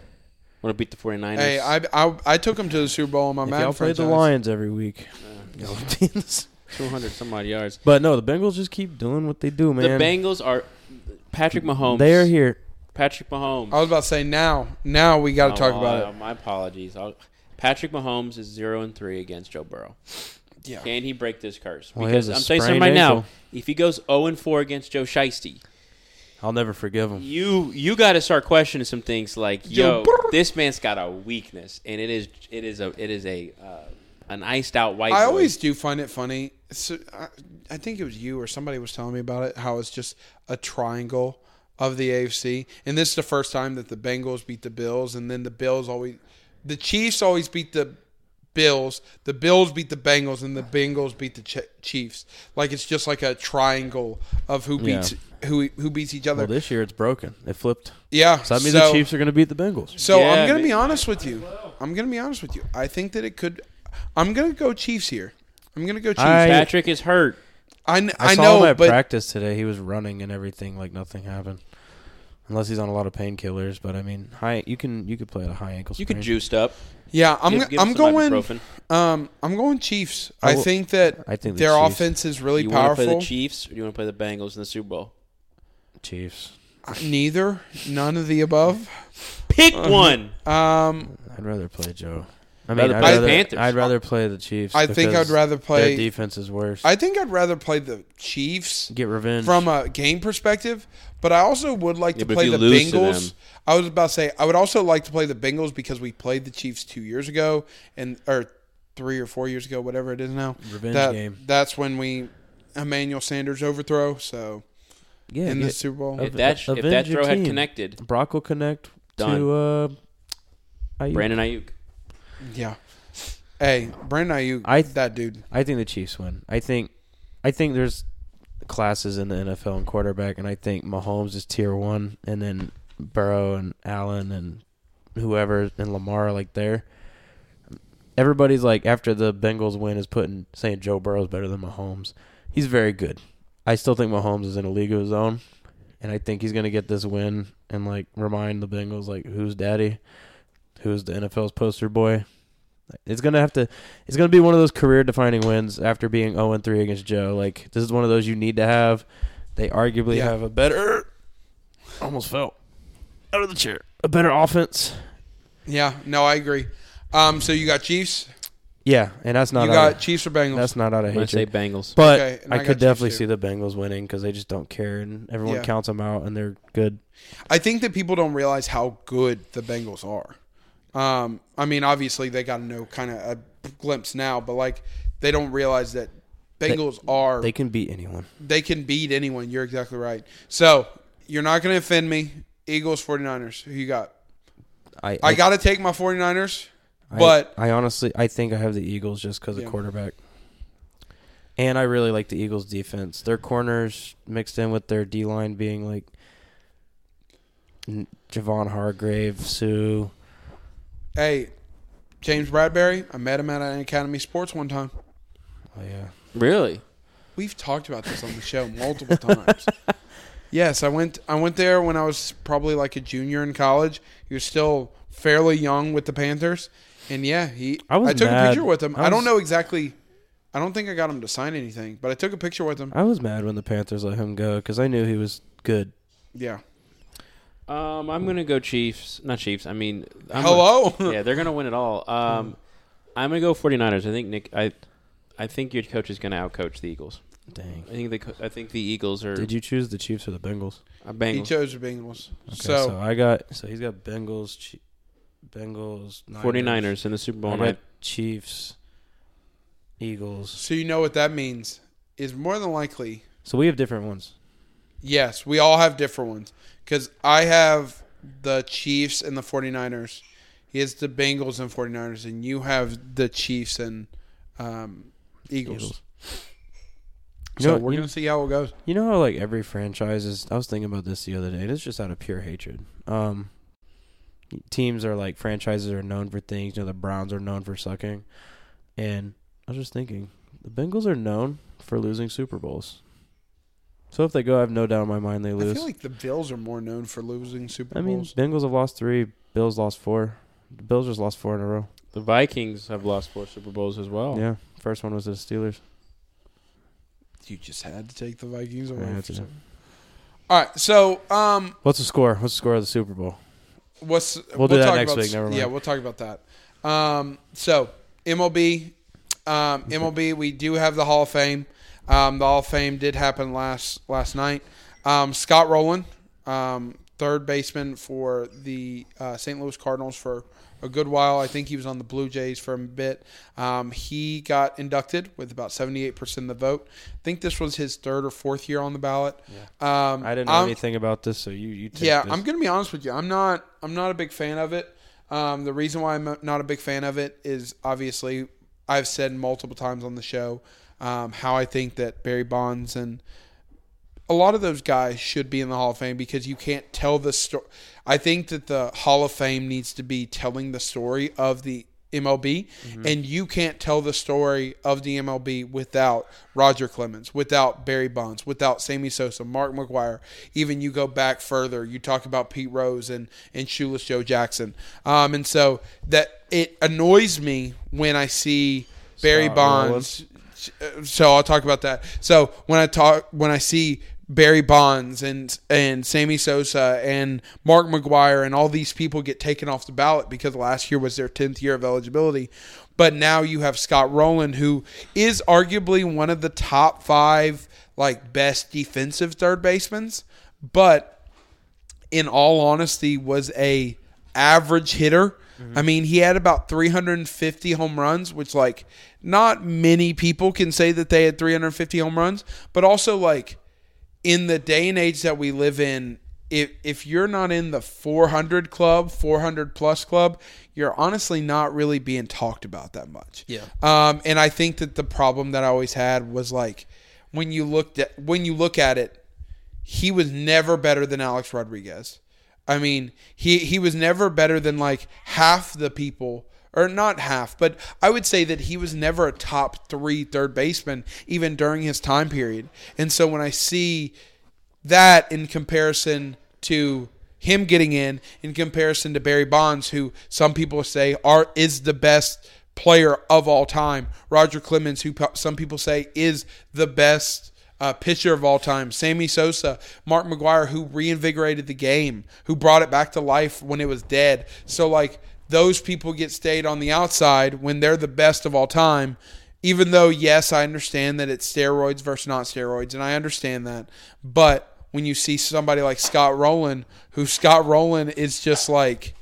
S3: Would have beat the 49ers.
S1: Hey, I, I, I took him to the Super Bowl in my
S2: If
S1: Madden
S2: y'all played
S1: franchise.
S2: the Lions every week, y'all teams.
S3: 200 some odd yards.
S2: But no, the Bengals just keep doing what they do, man.
S3: The Bengals are Patrick Mahomes.
S2: They are here.
S3: Patrick Mahomes.
S1: I was about to say now, now we got to talk about it.
S3: Oh, My apologies. I'll, Patrick Mahomes is 0 and 3 against Joe Burrow.
S1: Yeah.
S3: Can he break this curse?
S2: Well, he
S3: because
S2: has a
S3: I'm saying something
S2: sprained
S3: right now.
S2: ankle.
S3: If he goes 0 and 4 against Joe Shiesty,
S2: I'll never forgive them.
S3: you you got to start questioning some things like,
S1: Joe
S3: yo,
S1: Burrow.
S3: this man's got a weakness, and it is it is a it is a uh, an iced out white.
S1: I
S3: boy.
S1: always do find it funny. So, I, I think it was you or somebody was telling me about it. How it's just a triangle of the AFC, and this is the first time that the Bengals beat the Bills, and then the Bills always, the Chiefs always beat the Bills, the Bills beat the Bengals, and the Bengals beat the Ch- Chiefs. Like it's just like a triangle of who
S2: Yeah.
S1: beats who who beats each other.
S2: Well, this year it's broken. It flipped.
S1: yeah,
S2: So that means the Chiefs are going to beat the Bengals.
S1: So
S3: Yeah,
S1: I'm gonna
S3: maybe.
S1: be honest with you. I'm gonna be honest with you. I think that it could. I'm gonna go Chiefs here. I'm gonna go Chiefs.
S2: I-
S3: Patrick is hurt.
S1: I, kn-
S2: I,
S1: I
S2: saw
S1: know,
S2: him at
S1: but
S2: practice today. He was running and everything like nothing happened. Unless he's on a lot of painkillers, but I mean, high you can you could play at a high ankle.
S3: You could
S2: sprain.
S3: juiced up.
S1: yeah, I'm
S3: Give- give
S1: I'm
S3: him some
S1: going
S3: ibuprofen.
S1: um I'm going Chiefs.
S2: I
S1: I,
S2: will-
S1: think that
S2: I think the
S1: their
S2: Chiefs.
S1: offense is really
S3: You want to
S1: powerful.
S3: play the Chiefs or you want to play the Bengals in the Super Bowl?
S2: Chiefs.
S1: Neither, none of the above.
S3: Pick
S1: Uh,
S3: one.
S1: Um,
S2: I'd rather play Joe. I mean,
S3: Rather
S2: I'd
S3: play
S1: the
S2: rather,
S3: Panthers.
S2: I'd rather play the Chiefs.
S1: I think I'd
S2: because
S1: rather play.
S2: Their defense is worse.
S1: I think I'd rather play the Chiefs
S2: Get revenge.
S1: from a game perspective, but I also would like
S3: Yeah,
S1: to
S3: but if
S1: play
S3: you
S1: the
S3: lose to
S1: Bengals.
S3: them-
S1: I was about to say I would also like to play the Bengals because we played the Chiefs two years ago and or three or four years ago, whatever it is now.
S2: Revenge
S1: That-
S2: game.
S1: That's when we Emmanuel Sanders overthrow. So
S2: yeah,
S1: in the
S2: get-
S1: Super Bowl,
S2: Uh,
S3: if that if that
S2: Avenge your
S3: throw had
S2: team.
S3: connected,
S2: Brock will connect
S3: Done.
S2: to uh, Ayuk.
S3: Brandon Ayuk.
S1: yeah. Hey, Brandon Ayuk,
S2: I-
S1: that dude.
S2: I think the Chiefs win. I think, I think there's classes in the NFL and quarterback, and I think Mahomes is tier one, and then Burrow and Allen and whoever and Lamar are like there. Everybody's like after the Bengals win is putting saying Joe Burrow's better than Mahomes. He's very good. I still think Mahomes is in a league of his own, and I think he's gonna get this win and like remind the Bengals like who's daddy, who's the NFL's poster boy. It's gonna have to. It's gonna be one of those career defining wins after being zero and three against Joe. Like this is one of those you need to have. They arguably
S1: Yeah.
S2: have a better. Almost fell out of the chair. A better offense.
S1: Yeah, no, I agree. Um, so you got Chiefs,
S2: Yeah, and that's not
S1: you
S2: out
S1: got
S2: of,
S1: Chiefs or Bengals.
S2: that's not out of
S3: I'm gonna
S2: hatred.
S3: say Bengals.
S2: but
S1: Okay, and
S2: I,
S1: I got
S2: could definitely
S1: Chiefs,
S2: see the Bengals winning because they just don't care and everyone
S1: Yeah.
S2: counts them out and they're good.
S1: I think that people don't realize how good the Bengals are. Um, I mean, obviously they got to know kind of a glimpse now, but like they don't realize that Bengals are
S2: They
S1: they,
S2: can beat anyone.
S1: can beat anyone. You're exactly right. So you're not going to offend me. Eagles, 49ers. Who you got?
S2: I
S1: I got to take my 49ers,
S2: I-
S1: but
S2: I honestly I think I have the Eagles just because
S1: Yeah.
S2: of quarterback. And I really like the Eagles defense. Their corners mixed in with their D line being like n- Javon Hargrave, Sue.
S1: hey, James Bradbury. I met him at an Academy Sports one time.
S2: Oh yeah,
S3: Really?
S1: We've talked about this on the show multiple times. yes, I went I went there when I was probably like a junior in college. He was still fairly young with the Panthers. And yeah, he I,
S2: I was
S1: took a
S2: mad.
S1: picture with him. I,
S2: I
S1: don't
S2: was-
S1: know exactly I don't think I got him to sign anything, but I took a picture with him.
S2: I was mad when the Panthers let him go because I knew he was good.
S1: Yeah.
S3: Um, I'm gonna go Chiefs. Not Chiefs. I mean, I'm
S1: Hello.
S3: gonna- yeah, they're gonna win it all. Um, I'm gonna go 49ers. I think Nick. I, I think your coach is gonna outcoach the Eagles.
S2: Dang.
S3: I think the co- I think the Eagles are.
S2: Did you choose the Chiefs or the Bengals?
S3: are
S1: he
S3: Bengals.
S1: chose the Bengals.
S2: Okay,
S1: so,
S2: so, I got so he's got Bengals, Chi- Bengals, Niners,
S3: 49ers in the Super Bowl.
S2: I
S3: and
S2: got
S3: I,
S2: Chiefs, Eagles.
S1: so you know what that means is more than likely
S2: So we have different ones.
S1: Yes, we all have different ones. Because I have the Chiefs and the 49ers. He has the Bengals and 49ers. And you have the Chiefs and um, Eagles.
S2: Eagles.
S1: So
S2: You know-
S1: we're
S2: you-
S1: going to see how it goes.
S2: You know how like every franchise is. I was thinking about this the other day, and it's just out of pure hatred. Um, teams are like franchises are known for things. You know, the Browns are known for sucking, and I was just thinking the Bengals are known for losing Super Bowls. So if they go, I have no doubt in my mind they
S1: I
S2: lose. I,
S1: feel like the Bills are more known for losing Super
S2: mean,
S1: Bowls.
S2: Bengals have lost three. Bills lost four. The Bills just lost four in a row.
S3: The Vikings have lost four Super Bowls as well.
S2: Yeah, first one was the Steelers.
S1: you just had to take the Vikings
S2: I
S1: away.
S2: had
S1: for
S2: to.
S1: some- All right, so um,
S2: What's the score? What's the score of the Super Bowl?
S1: what's
S2: We'll do that
S1: talk
S2: next
S1: about-
S2: week, never
S1: Yeah,
S2: mind.
S1: we'll talk about that. Um, so MLB, um, MLB, we do have the Hall of Fame. Um, the Hall of Fame did happen last last night. Um, Scott Rowland, um, third baseman for the uh, St. Louis Cardinals for a good while. I think he was on the Blue Jays for a bit. Um, he got inducted with about seventy eight percent of the vote. I think this was his third or fourth year on the ballot. Um,
S2: I didn't know
S1: I'm-
S2: anything about this, so you you take
S1: yeah,
S2: this.
S1: I'm gonna be honest with you. I'm not. I'm not a big fan of it. Um, the reason why I'm not a big fan of it is obviously I've said multiple times on the show um, how I think that Barry Bonds and a lot of those guys should be in the Hall of Fame because you can't tell the story. I think that the Hall of Fame needs to be telling the story of the MLB, and you can't tell the story of the MLB without Roger Clemens, without Barry Bonds, without Sammy Sosa, Mark McGuire. Even you go back further, you talk about Pete Rose and and Shoeless Joe Jackson, um, and so that it annoys me when I see Barry
S2: Scott
S1: Bonds
S2: Rowland.
S1: so I'll talk about that. So when I talk, when I see Barry Bonds and and Sammy Sosa and Mark McGuire and all these people get taken off the ballot because last year was their tenth year of eligibility, but now you have Scott Rowland who is arguably one of the top five like best defensive third basemen, but in all honesty, was a average hitter. I mean, he had about 350 home runs, which like not many people can say that they had 350 home runs, but also like in the day and age that we live in, if if you're not in the 400 club, 400 plus club, you're honestly not really being talked about that much.
S3: Yeah.
S1: Um, and I think that the problem that I always had was like when you looked at when you look at it, he was never better than Alex Rodriguez. I mean, he he was never better than like half the people or not half, but I would say that he was never a top 3 third baseman even during his time period. And so when I see that in comparison to him getting in in comparison to Barry Bonds who some people say are is the best player of all time Roger Clemens who po- some people say is the best uh, pitcher of all time Sammy Sosa Mark McGuire who reinvigorated the game who brought it back to life when it was dead so like those people get stayed on the outside when they're the best of all time even though yes i understand that it's steroids versus not steroids and i understand that but when you see somebody like scott rowland who scott rowland is just like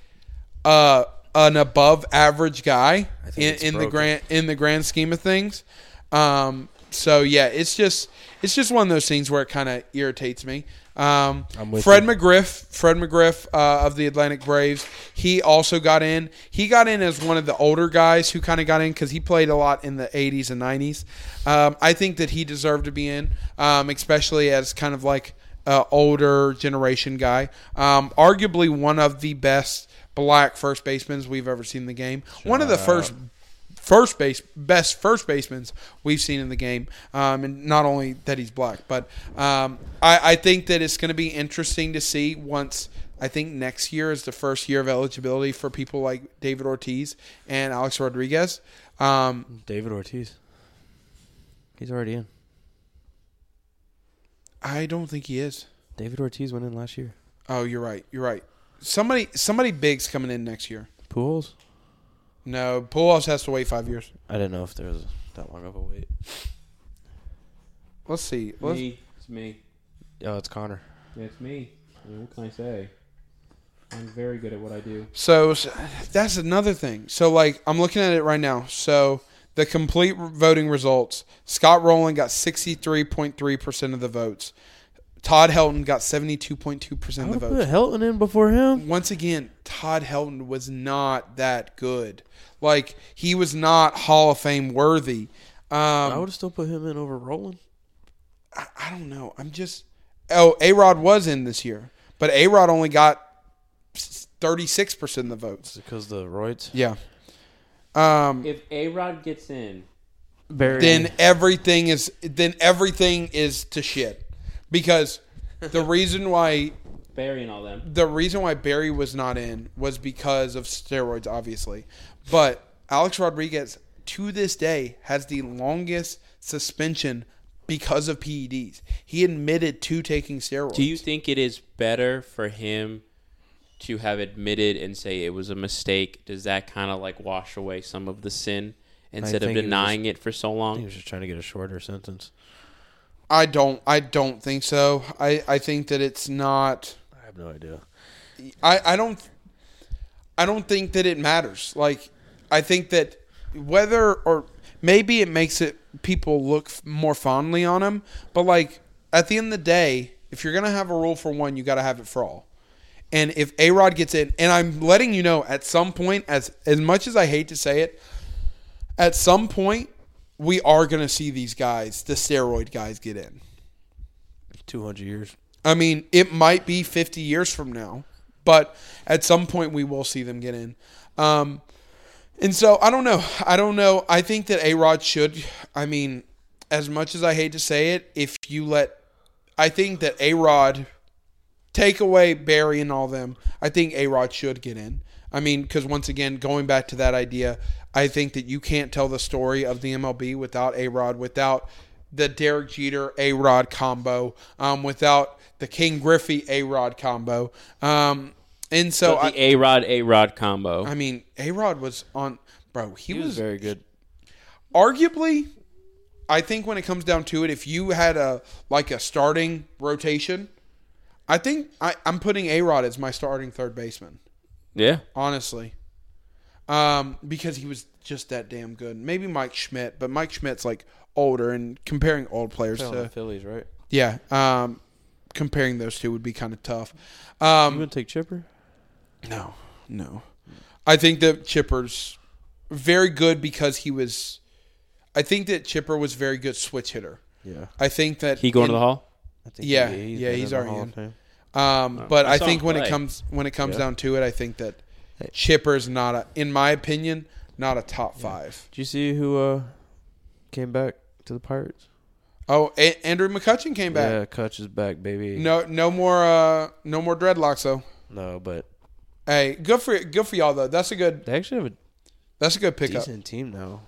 S1: uh, an above average guy in,
S2: it's
S1: in the
S2: broken.
S1: grand in the grand scheme of things um, so yeah it's just it's just one of those things where it kind of irritates me um,
S2: I'm with
S1: Fred
S2: you.
S1: McGriff, Fred McGriff uh, of the Atlantic Braves, he also got in. He got in as one of the older guys who kind of got in because he played a lot in the 80s and 90s. Um, I think that he deserved to be in, um, especially as kind of like an older generation guy. Um, arguably one of the best black first basemen we've ever seen in the game. one of the first first base best first basemen we've seen in the game, um, and not only that he's black, but um, I, I think that it's going to be interesting to see once. I think next year is the first year of eligibility for people like David Ortiz and Alex Rodriguez. Um,
S2: David Ortiz. He's already in.
S1: I don't think he is.
S2: David Ortiz went in last year.
S1: Oh, you're right. You're right. Somebody, somebody big's coming in next year.
S2: Pujols.
S1: No, Pujols has to wait five years.
S2: I didn't know if there was that long of a wait.
S1: Let's see. Let's,
S3: Me. It's me.
S2: Oh, it's Connor.
S3: Yeah, it's me. I mean, what can I say? I'm very good at what I do.
S1: So s- that's another thing. So like I'm looking at it right now. So the complete voting results: Scott Rowland got 63.3 percent of the votes. Todd Helton got 72.2
S2: I
S1: percent of
S2: would
S1: the
S2: have
S1: votes.
S2: put Helton in before him.
S1: Once again, Todd Helton was not that good. Like he was not Hall of Fame worthy. Um,
S2: I would have still put him in over Roland.
S1: I, I don't know. I'm just. Oh, A Rod was in this year, but A Rod only got 36% of the votes.
S2: Because the Roids.
S1: Yeah. Um,
S3: If A Rod gets in,
S2: Barry.
S1: then everything is then everything is to shit because the reason why
S3: Barry and all them.
S1: the reason why Barry was not in was because of steroids, obviously. But Alex Rodriguez, to this day, has the longest suspension because of PEDs. He admitted to taking steroids.
S3: Do you think it is better for him to have admitted and say it was a mistake? Does that kind of like wash away some of the sin instead of
S2: think he was-
S3: denying it for so
S2: He
S3: long?
S2: was just trying to get a shorter sentence.
S1: I don't. I don't think so. I, I think that it's not.
S2: I have no idea.
S1: I, I don't I don't think that it matters. Like I think that whether or maybe it makes it people look f- more fondly on him, but like at the end of the day, if you're going to have a rule for one, you got to have it for all. And if A-Rod gets in, and I'm letting you know at some point as as much as I hate to say it, at some point we are going to see these guys, the steroid guys get in.
S2: Two hundred years.
S1: I mean, it might be 50 years from now, but at some point we will see them get in. Um, and so I don't know. I don't know. I think that A Rod should. I mean, as much as I hate to say it, if you let, I think that A Rod take away Barry and all them. I think A Rod should get in. I mean, because once again, going back to that idea, I think that you can't tell the story of the MLB without A Rod, without the Derek Jeter A Rod combo, um, without the King Griffey A Rod combo. Um, and so,
S3: the A Rod A Rod combo.
S1: I, I mean, A Rod was on, bro, he,
S2: He was,
S1: was
S2: very good.
S1: arguably i think when it comes down to it if you had a like a starting rotation i think I, i'm putting a rod as my starting third baseman
S3: yeah.
S1: honestly um, because he was just that damn good maybe mike schmidt but mike schmidt's like older and comparing old players
S2: on the
S1: to
S2: Phillies, right?
S1: yeah um, comparing those two would be kind of tough
S2: You
S1: um,
S2: gonna take Chipper?
S1: no, no. I think that Chipper's very good because he was. I think that Chipper was very good switch hitter.
S2: Yeah.
S1: I think that
S3: He going to the hall?
S2: I think
S1: Yeah, yeah, he's
S2: in the
S1: already
S2: Hall of
S1: in.
S2: Fame.
S1: Um, but
S3: I
S1: I
S3: saw
S1: think
S3: him
S1: when it
S3: play.
S1: comes when it comes
S2: Yeah.
S1: down to it, I think that Chipper's not a, in my opinion, not a top five.
S2: Did you see who uh, came back to the Pirates?
S1: Oh, a- Andrew McCutcheon came back.
S2: Yeah, Kutch is back, baby.
S1: No, no more, uh, no more dreadlocks though.
S2: no, but
S1: Hey, good for good for y'all though. That's a good
S2: they actually have a
S1: that's a good pickup.
S2: decent team now.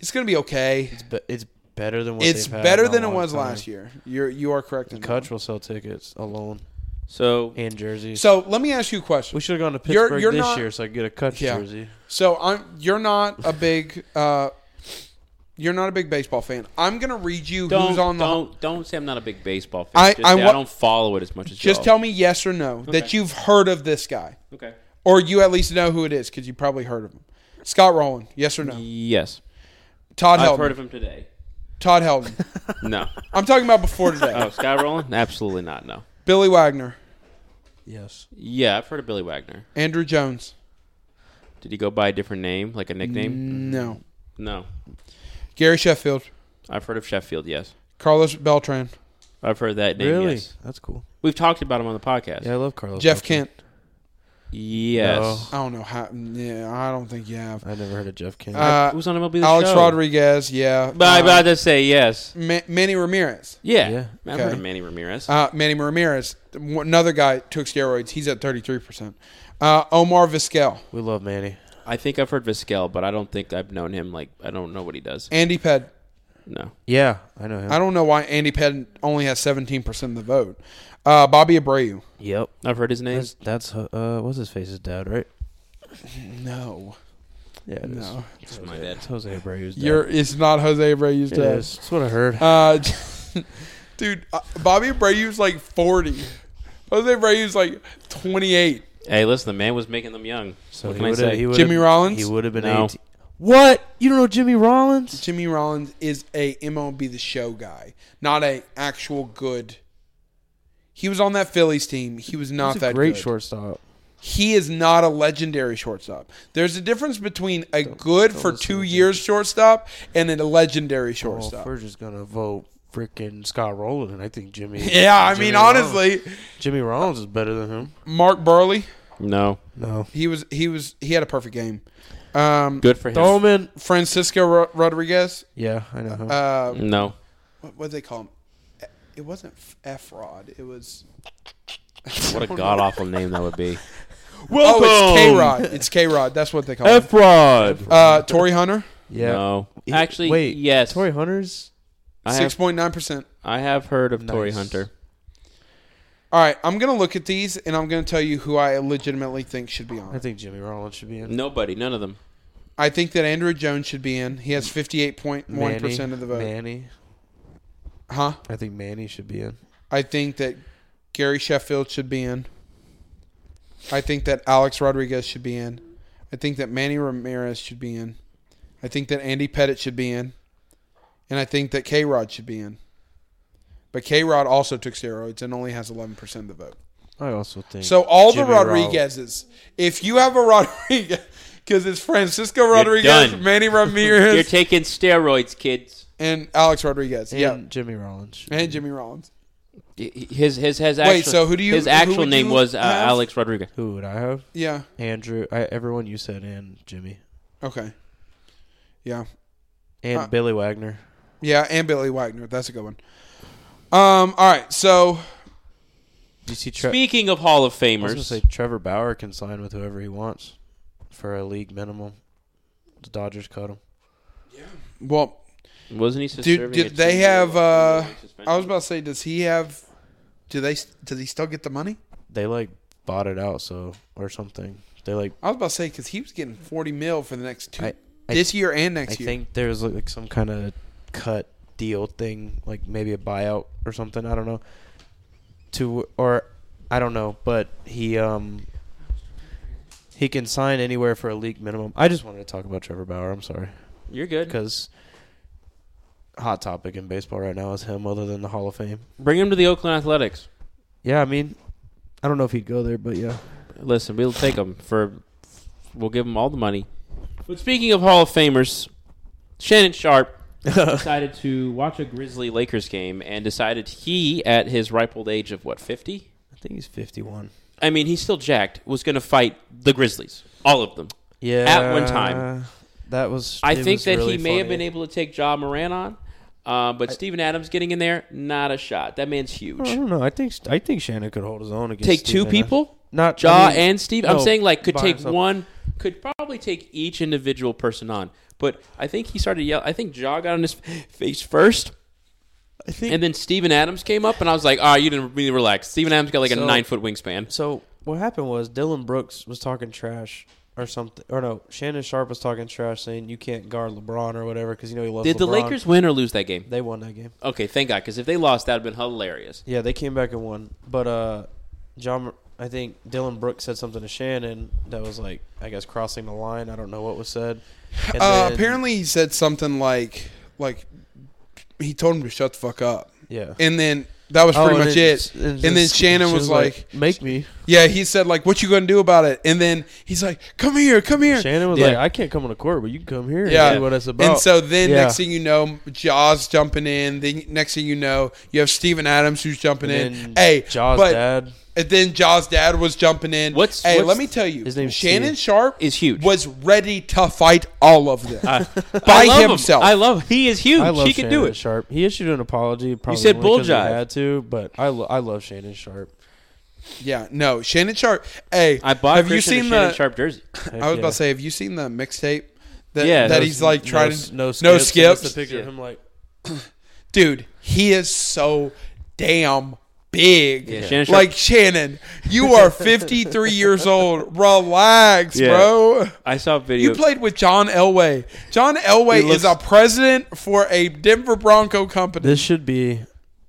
S1: It's gonna be okay.
S2: It's be- it's better than what
S1: It's
S2: they've had
S1: better
S2: in a
S1: than it
S2: long
S1: was
S2: time.
S1: last year. You're you are correct in that.
S2: Kutch will sell tickets alone
S3: So
S2: and jerseys.
S1: So let me ask you a question.
S2: we should have gone to Pittsburgh
S1: You're- you're
S2: this
S1: not-
S2: year so I could get a Kutch
S1: Yeah.
S2: jersey.
S1: So I'm you're not a big uh, you're not a big baseball fan. I'm gonna read you
S3: don't
S1: who's on the
S3: don't don't say I'm not a big baseball fan.
S1: I-
S3: just
S1: I
S3: say I
S1: wa-
S3: don't follow it as much as
S1: just
S3: y'all.
S1: tell me yes or no that
S3: Okay.
S1: you've heard of this guy
S3: Okay.
S1: or you at least know who it is because you probably heard of him. Scott Rowland, yes or no?
S3: Yes,
S1: Todd
S3: I've
S1: Helton.
S3: heard of him today.
S1: Todd Helton.
S3: No.
S1: I'm talking about before today.
S3: Oh, Sky Rowland? Absolutely not. No.
S1: Billy Wagner,
S2: Yes.
S3: Yeah, I've heard of Billy Wagner.
S1: Andrew Jones.
S3: Did he go by a different name, like a nickname?
S1: No.
S3: No.
S1: Gary Sheffield,
S3: I've heard of Sheffield. Yes,
S1: Carlos Beltran,
S3: I've heard that name.
S2: really?
S3: Yes.
S2: That's cool.
S3: We've talked about him on the podcast.
S2: Yeah, I love Carlos.
S1: Jeff
S2: Beltran.
S1: Kent.
S3: Yes.
S1: I don't know how. Yeah, I don't think you have.
S2: I never heard of Jeff Kent.
S1: Uh,
S3: Who's on MLB the
S1: Alex
S3: show?
S1: Rodriguez, yeah.
S3: But I
S1: Uh,
S3: about to say yes.
S1: Ma- Manny Ramirez.
S3: Yeah.
S2: Yeah.
S3: I've heard
S1: Okay.
S3: of Manny Ramirez.
S1: Uh, Manny Ramirez, another guy took steroids. He's at 33%. Uh, Omar Vizquel,
S2: we love Manny.
S3: I think I've heard Vizquel, but I don't think I've known him. Like I don't know what he does.
S1: Andy Ped.
S3: No.
S2: Yeah, I know him.
S1: I don't know why Andy Ped only has 17% of the vote. Uh, Bobby Abreu.
S2: yep.
S3: I've heard his name.
S2: That's, that's uh, uh, what's his face's dad, right?
S1: No.
S2: Yeah, it is.
S1: No.
S3: It's my dad.
S2: It's Jose Abreu's dad.
S1: You're, it's not Jose Abreu's
S2: It
S1: dad.
S2: is. That's what I heard.
S1: Uh, dude, uh, Bobby Abreu's like 40. Jose Abreu's like 28.
S3: Hey, listen, the man was making them young.
S2: So
S3: what
S2: he
S3: can I
S2: would've-
S3: say?
S2: he would've-
S1: Jimmy Rollins?
S2: He would have been
S3: No.
S2: 18. What? You don't know Jimmy Rollins?
S1: Jimmy Rollins is a MLB the Show guy, not a actual good. He was on that Phillies team. He was not
S2: He's a
S1: that
S2: great
S1: good.
S2: shortstop.
S1: He is not a legendary shortstop. There's a difference between a good for two years shortstop and a
S2: Oh,
S1: legendary
S2: Well,
S1: shortstop.
S2: we're just gonna vote freaking Scott Rowland, and I think Jimmy.
S1: yeah, I
S2: Jimmy
S1: mean
S2: Rollins-
S1: honestly,
S2: Jimmy Rollins is better than him.
S1: Mark Burley,
S3: No.
S2: No,
S1: he was he was he had a perfect game. Um,
S3: Good for him.
S2: throw him in.
S1: Francisco Ro- Rodriguez,
S2: Oh. Yeah, I know him.
S1: uh,
S3: No.
S1: what what do they call him? It wasn't F Rod. It was.
S3: What a god awful name that would be.
S1: Oh, it's K Rod. It's K Rod. That's what they call him.
S3: Efrod.
S1: Uh, Tory Hunter,
S2: Yeah.
S3: No,
S2: He-
S3: actually,
S2: wait,
S3: yes.
S2: Tory Hunter's.
S3: I
S1: six
S3: have,
S1: point nine percent.
S3: I have heard of Tory
S2: Nice.
S3: Hunter.
S1: All right, I'm gonna look at these and I'm gonna tell you who I legitimately think should be on.
S2: I
S1: it.
S2: think Jimmy Rollins should be in.
S3: Nobody, none of them.
S1: I think that Andrew Jones should be in. He has 58.1 percent of the vote.
S2: Manny.
S1: Huh?
S2: I think Manny should be in.
S1: I think that Gary Sheffield should be in. I think that Alex Rodriguez should be in. I think that Manny Ramirez should be in. I think that Andy Pettit should be in. And I think that K Rod should be in. But K Rod also took steroids and only has 11% of the vote.
S2: I also think.
S1: So all
S2: Jimmy
S1: the
S2: Roll-
S1: Rodriguezes, if you have a Rodriguez, because it's Francisco Rodriguez,
S3: done.
S1: Manny
S3: You're
S1: Ramirez,
S3: taking steroids, kids.
S1: and Alex Rodriguez.
S2: and
S1: yeah.
S2: Jimmy Rollins. should-
S1: And Jimmy Rollins.
S3: His his his actual,
S1: Wait, so who do you-
S3: his
S1: who
S3: actual
S1: would
S3: name
S1: you
S3: was uh,
S1: have?
S3: Alex Rodriguez.
S2: Who would I have?
S1: Yeah.
S2: Andrew. I, everyone you said, and Jimmy,
S1: Okay. Yeah.
S2: and
S1: Uh,
S2: Billy Wagner.
S1: Yeah, and Billy Wagner. That's a good one. Um, all right, so
S2: Do you see Tre-
S3: Speaking of Hall of
S2: I was gonna say
S3: Famers,
S2: Trevor Bauer can sign with whoever he wants for a league minimum. The Dodgers cut him.
S1: well,
S3: wasn't he?
S1: Dude,
S3: serving
S1: did
S3: a
S1: they
S3: two-year
S1: have,
S3: one-year
S1: uh,
S3: suspension?
S1: I was about to say, does he have? Do they? Does he still get the money?
S2: They like bought it out, so or something. They like.
S1: I was about to say because he was getting forty mil for the next two
S2: I, I-
S1: this year and
S2: I
S1: next year.
S2: think there's like some kind of cut deal thing, like maybe a buyout or something. I don't know. To or I don't know, but he um he can sign anywhere for a league minimum. I just wanted to talk about Trevor Bauer. I'm sorry
S3: You're good.
S2: because hot topic in baseball right now is him, other than the Hall of Fame.
S3: Bring him to the Oakland Athletics.
S2: Yeah, I mean, I don't know if he'd go there, but yeah,
S3: Listen, we'll take him for. We'll give him all the money. But speaking of Hall of Famers, Shannon Sharp decided to watch a Grizzly Lakers game and decided he, at his ripe old age of what fifty,
S2: I think he's 51.
S3: I mean he's still jacked, was going to fight the Grizzlies, all of them.
S2: Yeah,
S3: At one time.
S2: that was.
S3: I
S2: it
S3: think
S2: was
S3: that
S2: really
S3: he may have
S2: funny.
S3: been able to take Ja Moran on, uh, but Steven Adams getting in there, not a shot. That man's
S2: I
S3: huge.
S2: don't know. I think I think Shannon could hold his own against.
S3: Take two
S2: Steven. uh,
S3: people,
S2: Not
S3: Ja
S2: I mean,
S3: and Steve. I'm
S2: no,
S3: saying like could
S2: by
S3: take
S2: himself.
S3: one, could probably take each individual person on. But I think he started yelling. I think Ja got on his face first,
S2: I think.
S3: and then Steven Adams came up, and I was like, "Ah, you didn't really relax." Steven Adams got like a
S2: So-
S3: nine foot wingspan.
S2: so what happened was Dylan Brooks was talking trash or something, or no, Shannon Sharp was talking trash, saying you can't guard LeBron or whatever because you know he loves.
S3: Did the
S2: LeBron.
S3: Lakers win or lose that game?
S2: They won that game.
S3: Okay, thank God, because if they lost, that'd have been hilarious.
S2: Yeah, they came back and won. But uh, John, I think Dylan Brooks said something to Shannon that was like, I guess crossing the line. I don't know what was said. And
S1: uh,
S2: then-
S1: apparently, he said something like like he told him to shut the fuck up,
S2: yeah,
S1: and then that was
S2: Oh,
S1: pretty
S2: and
S1: much
S2: then-
S1: it. And then
S2: she
S1: Shannon was like,
S2: "Make me."
S1: Yeah, he said like, "What you gonna do about it?" And then he's like, "Come here, come here."
S2: Shannon was
S3: Yeah.
S2: like, "I can't come on the court, but you can come here
S1: Yeah.
S2: and see what it's about."
S1: And so then
S2: Yeah.
S1: next thing you know, Jaws jumping in. Then next thing you know, you have Steven Adams who's jumping
S2: And
S1: in.
S2: then
S1: Hey,
S2: Jaws'
S1: but
S2: dad.
S1: and then Jaws' dad was jumping in.
S3: What's-
S1: hey?
S3: what's-
S1: let me tell you,
S2: his name's
S1: Shannon
S2: Steve.
S1: Sharp
S3: Is huge.
S1: Was ready to fight all of them
S3: I
S1: by
S3: love him.
S1: himself.
S3: I love. He is huge.
S2: I love
S3: he can do
S2: Shannon
S3: it.
S2: Sharp. He issued an apology. Probably
S3: said
S2: only 'cause he
S3: bulljive.
S2: Had to, but I, lo- I love Shannon Sharp.
S1: yeah, no, Shannon Sharp. Hey,
S3: I bought
S1: have
S3: Christian
S1: you
S3: a
S1: seen
S3: Shannon
S1: the?
S3: Sharp jersey.
S2: Heck
S1: I was about
S2: yeah.
S1: to say, have you seen the mixtape? That,
S3: Yeah.
S1: that
S3: No-
S1: he's like trying
S2: no,
S1: to
S2: no skips.
S1: no
S2: and just
S1: skips.
S2: a picture of
S3: Yeah.
S2: him like
S1: dude, he is so damn big.
S3: Yeah, Shannon Sharp-
S1: like Shannon, you are 53 years old. Relax,
S3: Yeah.
S1: bro.
S3: I saw a video.
S1: You played with John Elway. John Elway
S2: He looks-
S1: is a president for a Denver Bronco company.
S2: this should be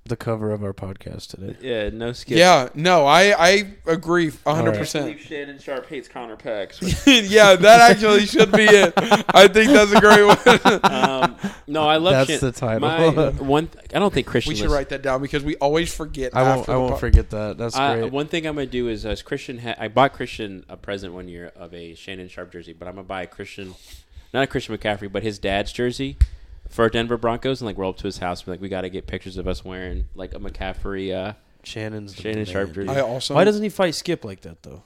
S2: the cover of our podcast today.
S3: yeah, no skips.
S1: yeah, no, I I agree 100.
S3: I
S1: percent
S3: believe Shannon Sharp hates Connor Pax.
S1: Yeah, that actually should be it. I think that's a great one.
S3: um, no, I love. Shan-
S2: That's the title.
S3: My one, th- I don't think Christian.
S1: we should
S3: listens.
S1: write that down because we always forget.
S2: I won't.
S1: after
S2: I
S1: the
S2: won't
S1: po-
S2: forget that. That's
S3: I-
S2: great.
S3: one thing I'm gonna do is, uh, Christian. Ha- I bought Christian a present one year of a Shannon Sharp jersey, but I'm gonna buy a Christian, not a Christian McCaffrey, but his dad's jersey for Denver Broncos, and like roll up to his house, and be like we gotta get pictures of us wearing like a McCaffrey, uh,
S2: Shannon's the
S3: Shannon Sharp
S2: man.
S3: jersey.
S1: I also
S2: Why doesn't he fight Skip like that though?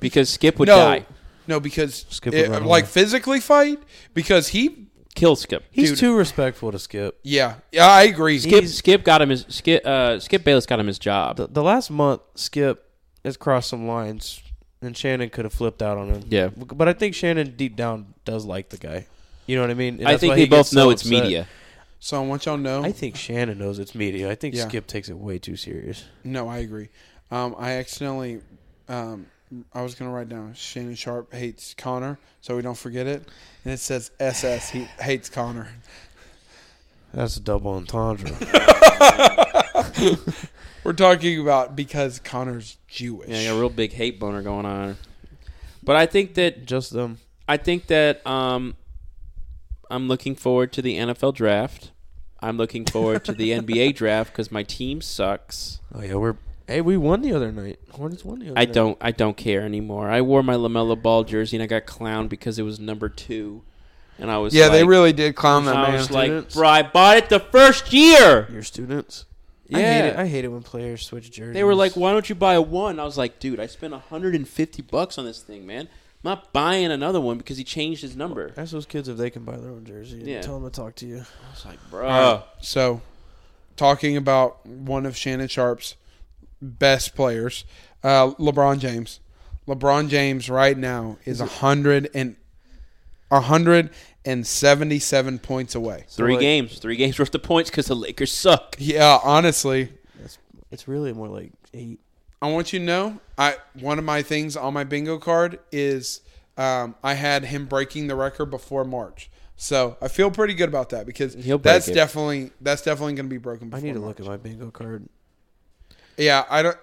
S3: because Skip would
S1: no,
S3: die.
S1: No, because
S2: Skip
S1: it-
S2: around.
S1: like physically fight because he
S3: Kill Skip.
S2: He's
S1: Dude.
S2: too respectful to Skip.
S1: Yeah, yeah, I agree.
S3: Skip Skip got him his Skip uh, Skip Bayless got him his job.
S2: The, the last month, Skip has crossed some lines, and Shannon could have flipped out on him.
S3: Yeah.
S2: But I think Shannon, deep down, does like the guy. You know what I mean? And
S3: I
S2: that's
S3: think
S2: why
S3: they
S2: he gets
S3: both know
S2: so
S3: it's
S2: upset.
S3: media.
S1: So I want y'all to know.
S2: I think Shannon knows it's media. I think
S1: Yeah.
S2: Skip takes it way too serious.
S1: no, I agree. Um, I accidentally, um, I was gonna write down Shannon Sharp hates Connor, so we don't forget it. And it says SS he hates Connor.
S2: That's a double entendre.
S1: We're talking about because Connor's Jewish.
S3: Yeah, I got a real big hate boner going on. But I think that
S2: Just them.
S3: I think that um, I'm looking forward to the NFL draft. I'm looking forward to the NBA draft because my team sucks.
S2: Oh yeah, we're. Hey, we won the other night. Hornets won the other
S3: I
S2: night.
S3: don't. I don't care anymore. I wore my Lamelo Ball jersey and I got clowned because it was number two, and I was
S1: Yeah, they
S3: like-
S1: really did clown that
S3: I
S1: man.
S3: was like,
S2: Students.
S3: bro, I bought it the first year.
S2: Your students.
S3: Yeah,
S2: I hate it. I hate it when players switch jerseys.
S3: they were like, why don't you buy one? I was like, dude, I spent 150 bucks on this thing, man. I'm not buying another one because he changed his number.
S2: Ask those kids if they can buy their own jersey.
S3: Yeah.
S2: Tell them to talk to you.
S3: I was like, bro,
S1: So, talking about one of Shannon Sharp's best players, uh, LeBron James. LeBron James right now is a hundred and a hundred and seventy-seven points away.
S3: three
S2: like-
S3: games, three games worth of points because the Lakers suck.
S1: Yeah, honestly,
S2: It's, it's really more like eight.
S1: I want you to know. I one of my things on my bingo card is um, I had him breaking the record before March. So I feel pretty good about that because
S3: He'll break
S1: that's
S3: it.
S1: definitely that's definitely going to be broken.
S2: I
S1: Before
S2: need to
S1: March.
S2: look at my bingo card.
S1: Yeah, I don't.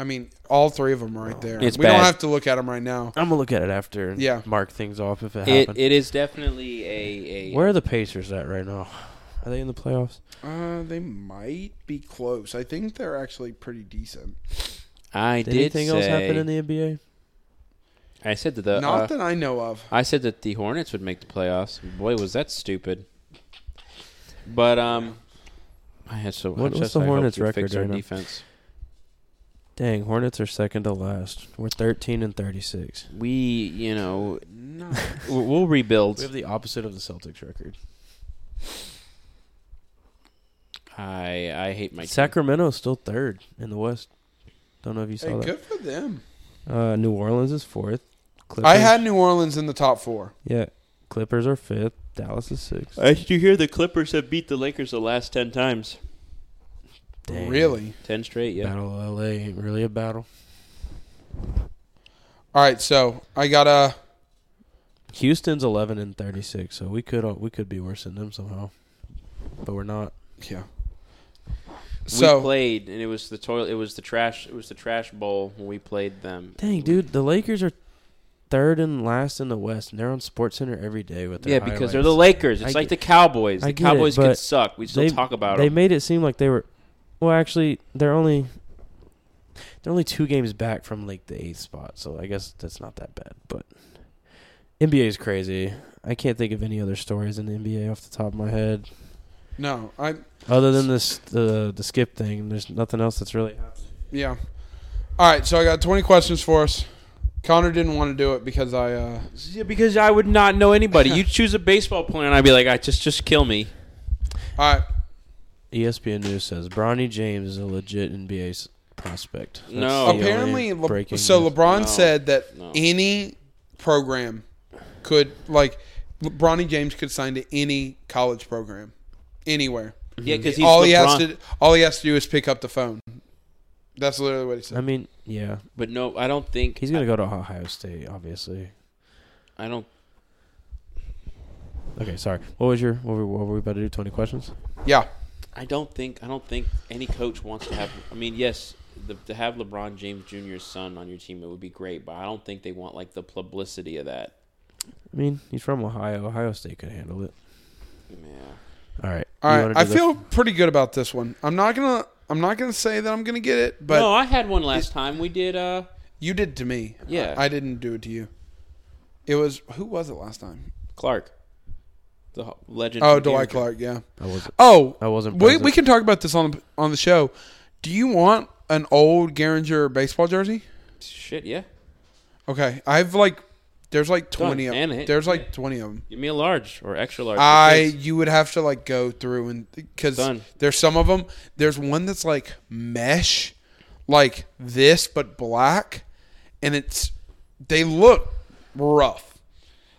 S1: I mean, all three of them right there.
S3: It's
S1: we don't
S3: bad.
S1: have to look at them right now.
S2: I'm gonna look at it after. And
S1: Yeah.
S2: Mark things off if it
S3: It,
S2: happened.
S3: it is definitely a, a
S2: Where are the Pacers at right now? Are they in the playoffs?
S1: Uh, they might be close. I think they're actually pretty decent.
S3: I
S2: Did
S3: did
S2: anything else happen
S3: say-
S2: in the NBA?
S3: I said that the uh,
S1: Not that I know of.
S3: I said that the Hornets would make the playoffs. Boy, was that stupid. But um, I had so.
S2: What-
S3: I
S2: what's
S3: just-
S2: the
S3: I hope
S2: Hornets
S3: we
S2: record
S3: fix our
S2: right now?
S3: defense.
S2: Dang, Hornets are second to last. We're 13 and 36.
S3: We, you know,
S1: No.
S3: we'll, we'll rebuild.
S2: We have the opposite of the Celtics record.
S3: I I hate my
S2: Sacramento's still third in the West. Don't know if you saw
S1: hey,
S2: that.
S1: good for them.
S2: Uh, New Orleans is fourth. Clippers,
S1: I had New Orleans in the top four.
S2: yeah. Clippers are fifth. Dallas is sixth.
S3: Did you hear the Clippers have beat the Lakers the last ten times?
S2: Dang.
S1: Really?
S3: Ten straight, yeah.
S2: Battle of LA ain't really a battle.
S1: All right. So I got a.
S2: Houston's 11 and 36, so we could uh, we could be worse than them somehow, but we're not.
S1: Yeah.
S3: we
S1: So
S3: played, and it was the toilet. It was the trash. It was the trash bowl when we played them.
S2: Dang, dude, the Lakers are third and last in the West, and they're on Sports Center every day with their
S3: Yeah, because they're the Lakers. It's
S2: I
S3: like the Cowboys.
S2: I
S3: The
S2: get it,
S3: Cowboys
S2: but
S3: could suck. We still
S2: they-
S3: talk about
S2: They
S3: them.
S2: made it seem like they were. Well, actually, they're only they're only two games back from like the eighth spot, so I guess that's not that bad. But NBA is crazy. I can't think of any other stories in the NBA off the top of my head,
S1: no, I
S2: other than this the the skip thing. There's nothing else that's really happening.
S1: yeah. All right. So I got twenty questions for us. Connor didn't want to do it because I. Uh,
S3: Yeah, because I would not know anybody. You choose a baseball player, and I'd be like, I just just kill me.
S1: all right.
S2: ESPN News says Bronny James is a legit NBA s- prospect. That's
S3: No.
S2: the only
S1: apparently Le-
S2: Oh, breaking
S1: so
S2: news.
S1: lebron
S3: No.
S1: said that
S3: No.
S1: any program could like Le- bronny james could sign to any college program anywhere
S3: Yeah,
S2: Mm-hmm.
S3: because he's
S1: all
S3: LeBron,
S1: he has to all he has to do is pick up the phone that's literally what he
S2: I
S1: said
S2: mean, yeah,
S3: But no, I don't think
S2: he's gonna go to Ohio State, obviously.
S3: I don't.
S2: Okay, sorry. What was your? What were, what were we about to do? Twenty questions.
S1: yeah
S3: I don't think. I don't think any coach wants to have. I mean, yes, the, to have LeBron James Jr.'s son on your team, it would be great. But I don't think they want like the publicity of that.
S2: I mean, he's from Ohio. Ohio State could handle it.
S3: Yeah.
S2: All right.
S1: all
S2: you
S1: right
S2: wanna do
S1: i
S2: the-
S1: feel pretty good about this one i'm not gonna i'm not gonna say that i'm gonna get it but
S3: no, I had one last time. We did. uh
S1: you did to me
S3: Yeah.
S1: I, I didn't do it to you it was who was it last time
S3: Clark, the ho- legend.
S1: oh
S3: from
S1: dwight clark
S3: Cambridge.
S1: yeah
S2: I wasn't.
S1: oh
S2: I wasn't.
S1: We,
S2: Present.
S1: we can talk about this on on the show. Do you want an old Garinger baseball jersey?
S3: Shit, yeah.
S1: Okay, I have like There's like twenty of
S3: Done. And it-
S1: There's like twenty of them.
S3: Give me a large or extra large. for
S1: I
S3: kids.
S1: you would have to like go through and because
S3: Done.
S1: there's some of them. There's one that's like mesh, like this but black, and it's they look rough.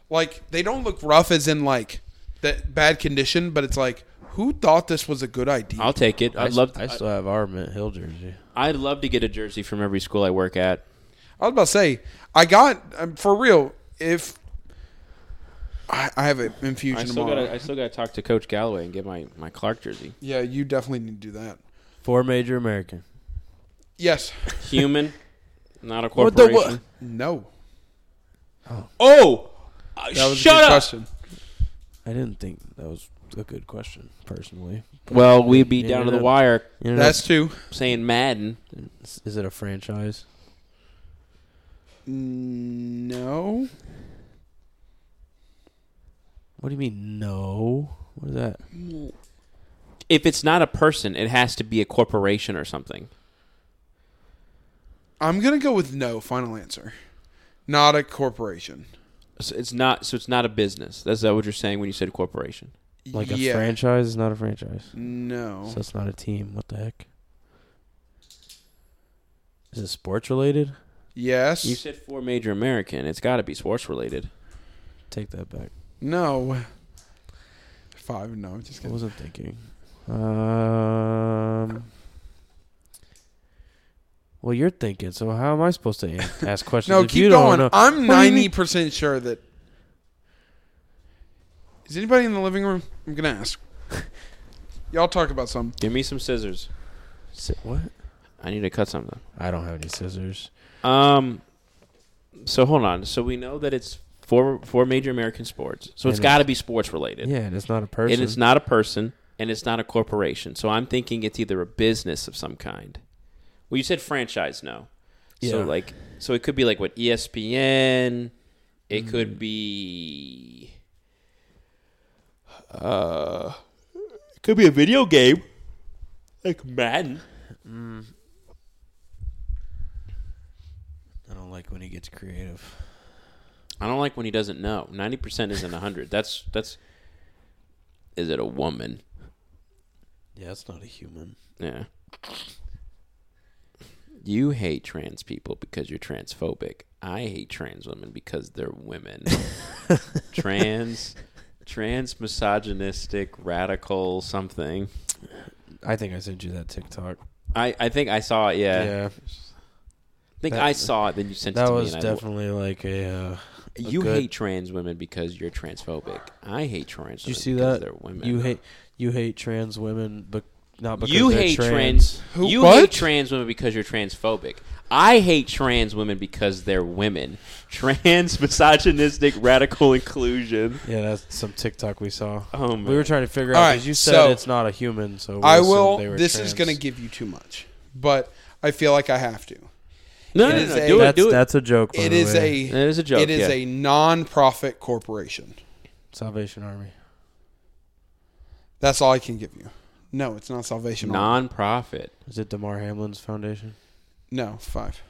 S1: Like they don't look rough as in like that bad condition, but it's like who thought this was a good idea?
S3: I'll take it. I'd love.
S2: I
S3: To,
S2: still have our Mint Hill jersey.
S3: I'd love to get a jersey from every school I work at.
S1: I was about to say, I got um, for real. If I, I have an
S3: I
S1: infusion
S3: still
S1: tomorrow,
S3: got. I still got to talk to Coach Galloway and get my my Clark jersey.
S1: yeah, you definitely need to do that.
S2: Four major American.
S1: Yes,
S3: Human, not a
S2: What the
S3: corporation.
S2: what?
S1: no.
S3: Oh, uh,
S1: That was a
S3: shut
S1: good
S3: up.
S1: question.
S2: I didn't think that was a good question personally.
S3: Well, we beat
S2: You
S3: down to the
S2: know.
S3: wire
S2: You know,
S1: That's two.
S3: saying Madden.
S2: is it a franchise?
S1: No,
S2: What do you mean? No. What is that?
S3: If it's not a person, it has to be a corporation or something.
S1: I'm gonna go with no. Final answer. Not a corporation.
S3: So it's not. So it's not a business. That's that what you're saying when you said corporation.
S2: Like a
S1: yeah.
S2: franchise is not a franchise.
S1: No.
S2: So it's not a team. What the heck? Is it sports related?
S1: yes.
S3: You said four major American. It's got to be sports related.
S2: Take that back.
S1: no. Five. No. Just
S2: I
S1: kidding.
S2: wasn't thinking. Um. Well, you're thinking. So how am I supposed to an- ask questions?
S1: No.
S2: if
S1: Keep
S2: you
S1: going.
S2: Don't know?
S1: I'm
S2: What do you mean?
S1: ninety percent sure that. Is anybody in the living room? I'm gonna ask. Y'all talk about something.
S3: Give me some scissors.
S2: Si- What?
S3: I need to cut something.
S2: I don't have any scissors.
S3: Um. So hold on. So we know that it's four four major American sports. So it's
S2: And
S3: got to be sports related.
S2: yeah, and it's not a person.
S3: And it's not a person, and it's not a corporation. So I'm thinking it's either a business of some kind. Well, you said franchise, no. So
S2: Yeah.
S3: like, so it could be like what E ESPN. It could be. Uh, it could be a video game, like Madden.
S2: I don't like when he gets creative.
S3: I don't like when he doesn't know. Ninety percent isn't hundred. That's that's. Is it a woman?
S2: Yeah, it's not a human.
S3: Yeah. You hate trans people because you're transphobic. I hate trans women because they're women. trans, trans misogynistic radical something.
S2: I think I sent you that TikTok.
S3: I, I think I saw it. Yeah, I think
S2: That-
S3: I saw it. Then you sent it
S2: that
S3: to
S2: was
S3: me. and I-
S2: definitely like a. Uh, a
S3: you
S2: good-
S3: hate trans women because you're transphobic. I hate trans.
S2: Did
S3: women
S2: you see
S3: because
S2: that?
S3: They're women.
S2: You hate you hate trans women, but not Oh, because
S3: you
S2: they're
S3: hate
S2: trans.
S3: trans.
S1: Who-
S3: you
S1: what?
S3: hate trans women because you're transphobic. I hate trans women because they're women. Trans misogynistic radical inclusion.
S2: Yeah, that's some TikTok we saw.
S3: Oh man.
S2: We were trying to figure
S1: All
S2: out
S1: right,
S2: because you said
S1: so-
S2: it's not a human, so we
S1: I
S2: assumed
S1: will.
S2: They were
S1: This is going to give you too much, but I feel like I have to.
S3: no,
S1: it
S3: no,
S1: is
S3: no,
S1: a-
S3: do it,
S2: that's,
S3: do it.
S2: That's a joke. by
S1: It
S2: the
S1: is
S2: way.
S1: a.
S3: That is a joke,
S1: It is
S3: yeah.
S1: a non-profit corporation.
S2: Salvation Army.
S1: That's all I can give you. No, it's not Salvation. Army.
S3: non-profit.
S2: Is it Damar Hamlin's foundation?
S1: No, five.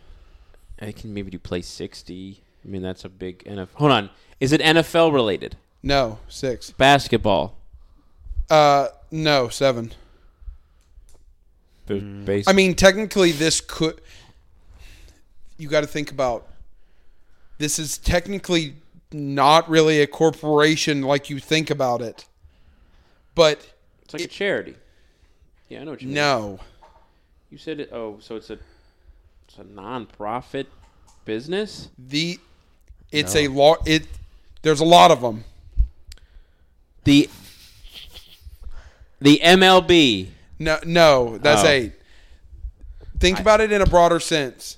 S3: I can maybe do play sixty. I mean, that's a big NFL. Hold on, is it NFL related?
S1: No, six.
S3: Basketball,
S1: Uh, no, seven.
S3: base.
S2: Mm.
S1: I mean, technically, this could. You got to think about. This is technically not really a corporation like you think about it, but
S3: it's like a charity. Yeah, I know what you mean.
S1: no,
S3: You said it. Oh, so it's a it's a non-profit business.
S1: the it's a law. It there's a lot of them.
S3: The the MLB.
S1: No, no, that's
S3: Oh.
S1: eight. Think about it in a broader sense.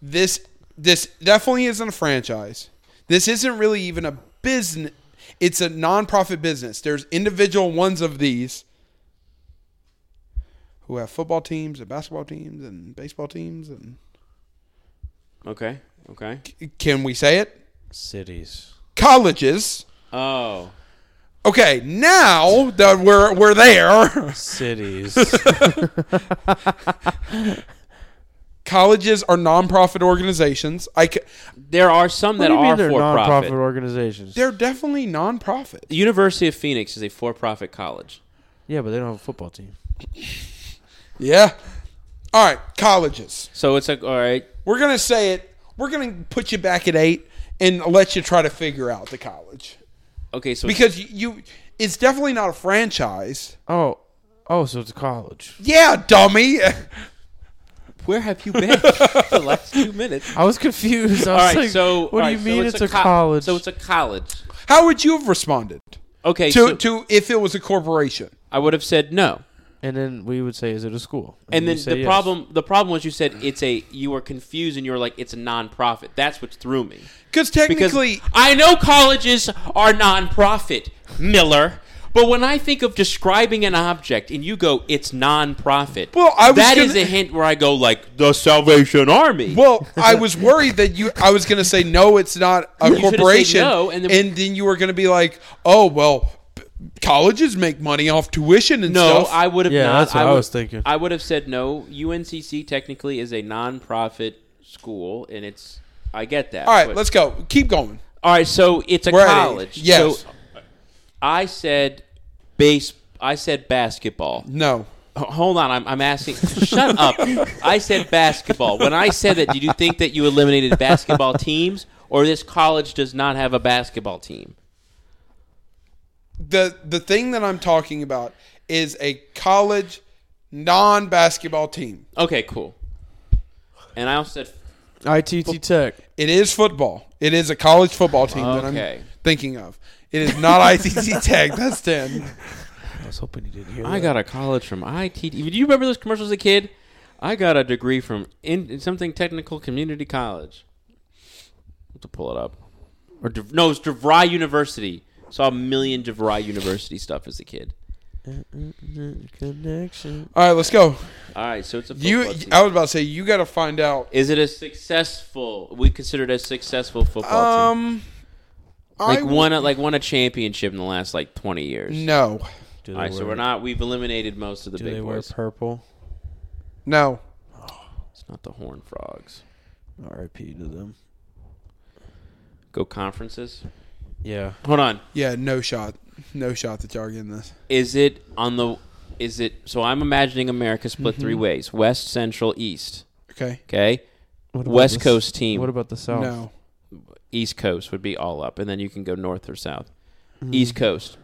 S1: This this definitely isn't a franchise. This isn't really even a business. It's a nonprofit business. There's individual ones of these who have football teams and basketball teams and baseball teams and
S3: Okay. Okay.
S1: can we say it?
S2: Cities.
S1: Colleges.
S3: Oh.
S1: Okay, now that we're we're there,
S2: Cities.
S1: colleges are nonprofit organizations. I c-
S3: There are some
S2: What
S3: that
S2: do you mean
S3: are
S2: they're
S3: for
S2: non-profit
S3: profit.
S2: organizations?
S1: they're definitely nonprofit.
S3: The University of Phoenix is a for-profit college.
S2: yeah, but they don't have a football team.
S1: Yeah. All right, colleges.
S3: So it's like all right,
S1: We're gonna say it. We're gonna put you back at eight and let you try to figure out the college
S3: okay, so
S1: because you. you it's definitely not a franchise.
S2: Oh, oh, so it's a college.
S1: Yeah, dummy.
S3: where have you been for the last two minutes?
S2: I was confused. I
S3: All
S2: was
S3: right,
S2: like,
S3: so all
S2: what do you
S3: right, so
S2: mean it's, a,
S3: co-
S2: college?
S3: So it's a college.
S1: How would you have responded
S3: Okay,
S1: to
S3: so
S1: to if it was a corporation?
S3: I would have said no.
S2: and then we would say, is it a school?
S3: And
S2: you
S3: then
S2: say
S3: the
S2: yes.
S3: problem the problem was you said it's a you were confused and you were like it's a nonprofit. That's what threw me.
S1: Because
S3: Because
S1: technically,
S3: I know colleges are nonprofit, Miller. But when I think of describing an object and you go it's nonprofit,
S1: Well, I was
S3: that is
S1: gonna-
S3: a hint where I go like the Salvation Army.
S1: Well, I was worried that you. I was going to say no, it's not a
S3: You should've said
S1: corporation.
S3: no, and
S1: and
S3: then-
S1: then, you were going to be like, oh well, p- colleges make money off tuition and
S3: No,
S1: stuff.
S3: I would have
S2: Yeah,
S3: not.
S2: that's what I
S3: would-
S2: was thinking.
S3: I would have said no. UNCC technically is a nonprofit school, and it's. I get that.
S1: All right,
S3: but-
S1: let's go. Keep going.
S3: All right, so it's a
S1: We're at it.
S3: college.
S1: Yes.
S3: So I said base. I said basketball.
S1: No,
S3: H- Hold on, I'm, I'm asking. shut up. I said basketball. When I said that, did you think that you eliminated basketball teams, or this college does not have a basketball team?
S1: the the thing that I'm talking about is a college non basketball team.
S3: Okay, cool. And I also said
S2: ITT Tech.
S1: It is football. It is a college football team that
S3: Okay.
S1: I'm thinking of. It is not ITT Tech. That's ten.
S2: I was hoping you didn't hear.
S3: I got a college from IT. Do you remember those commercials as a kid? I got a degree from in, something technical community college. I have to pull it up. Or De, no, it's DeVry University. Saw a million DeVry University stuff as a kid.
S2: connection.
S1: All right, let's go.
S3: All right, so it's a
S1: You,
S3: football team.
S1: I was about to say you got to find out.
S3: Is it a successful? We consider it a successful football team.
S1: Um,
S3: Like
S1: I
S3: won a, like won a championship in the last like twenty years.
S1: no.
S2: Do
S3: All
S2: they
S3: right, so
S2: wear-
S3: we're not. We've eliminated most of the
S2: Do
S3: big
S2: they wear
S3: boys.
S2: purple?
S1: No.
S3: it's not the Horn Frogs.
S2: R.I.P. to them.
S3: Go conferences.
S2: Yeah.
S3: Hold on.
S1: Yeah, no shot. No shot that y'all are getting this.
S3: is it on the is it so i'm imagining america split
S1: Mm-hmm.
S3: three ways west central east
S1: Okay.
S3: okay
S2: What about
S3: west
S2: the s-
S3: coast team
S2: What about the South?
S1: No.
S3: east coast would be all up and then you can go north or south
S2: Mm-hmm.
S3: east coast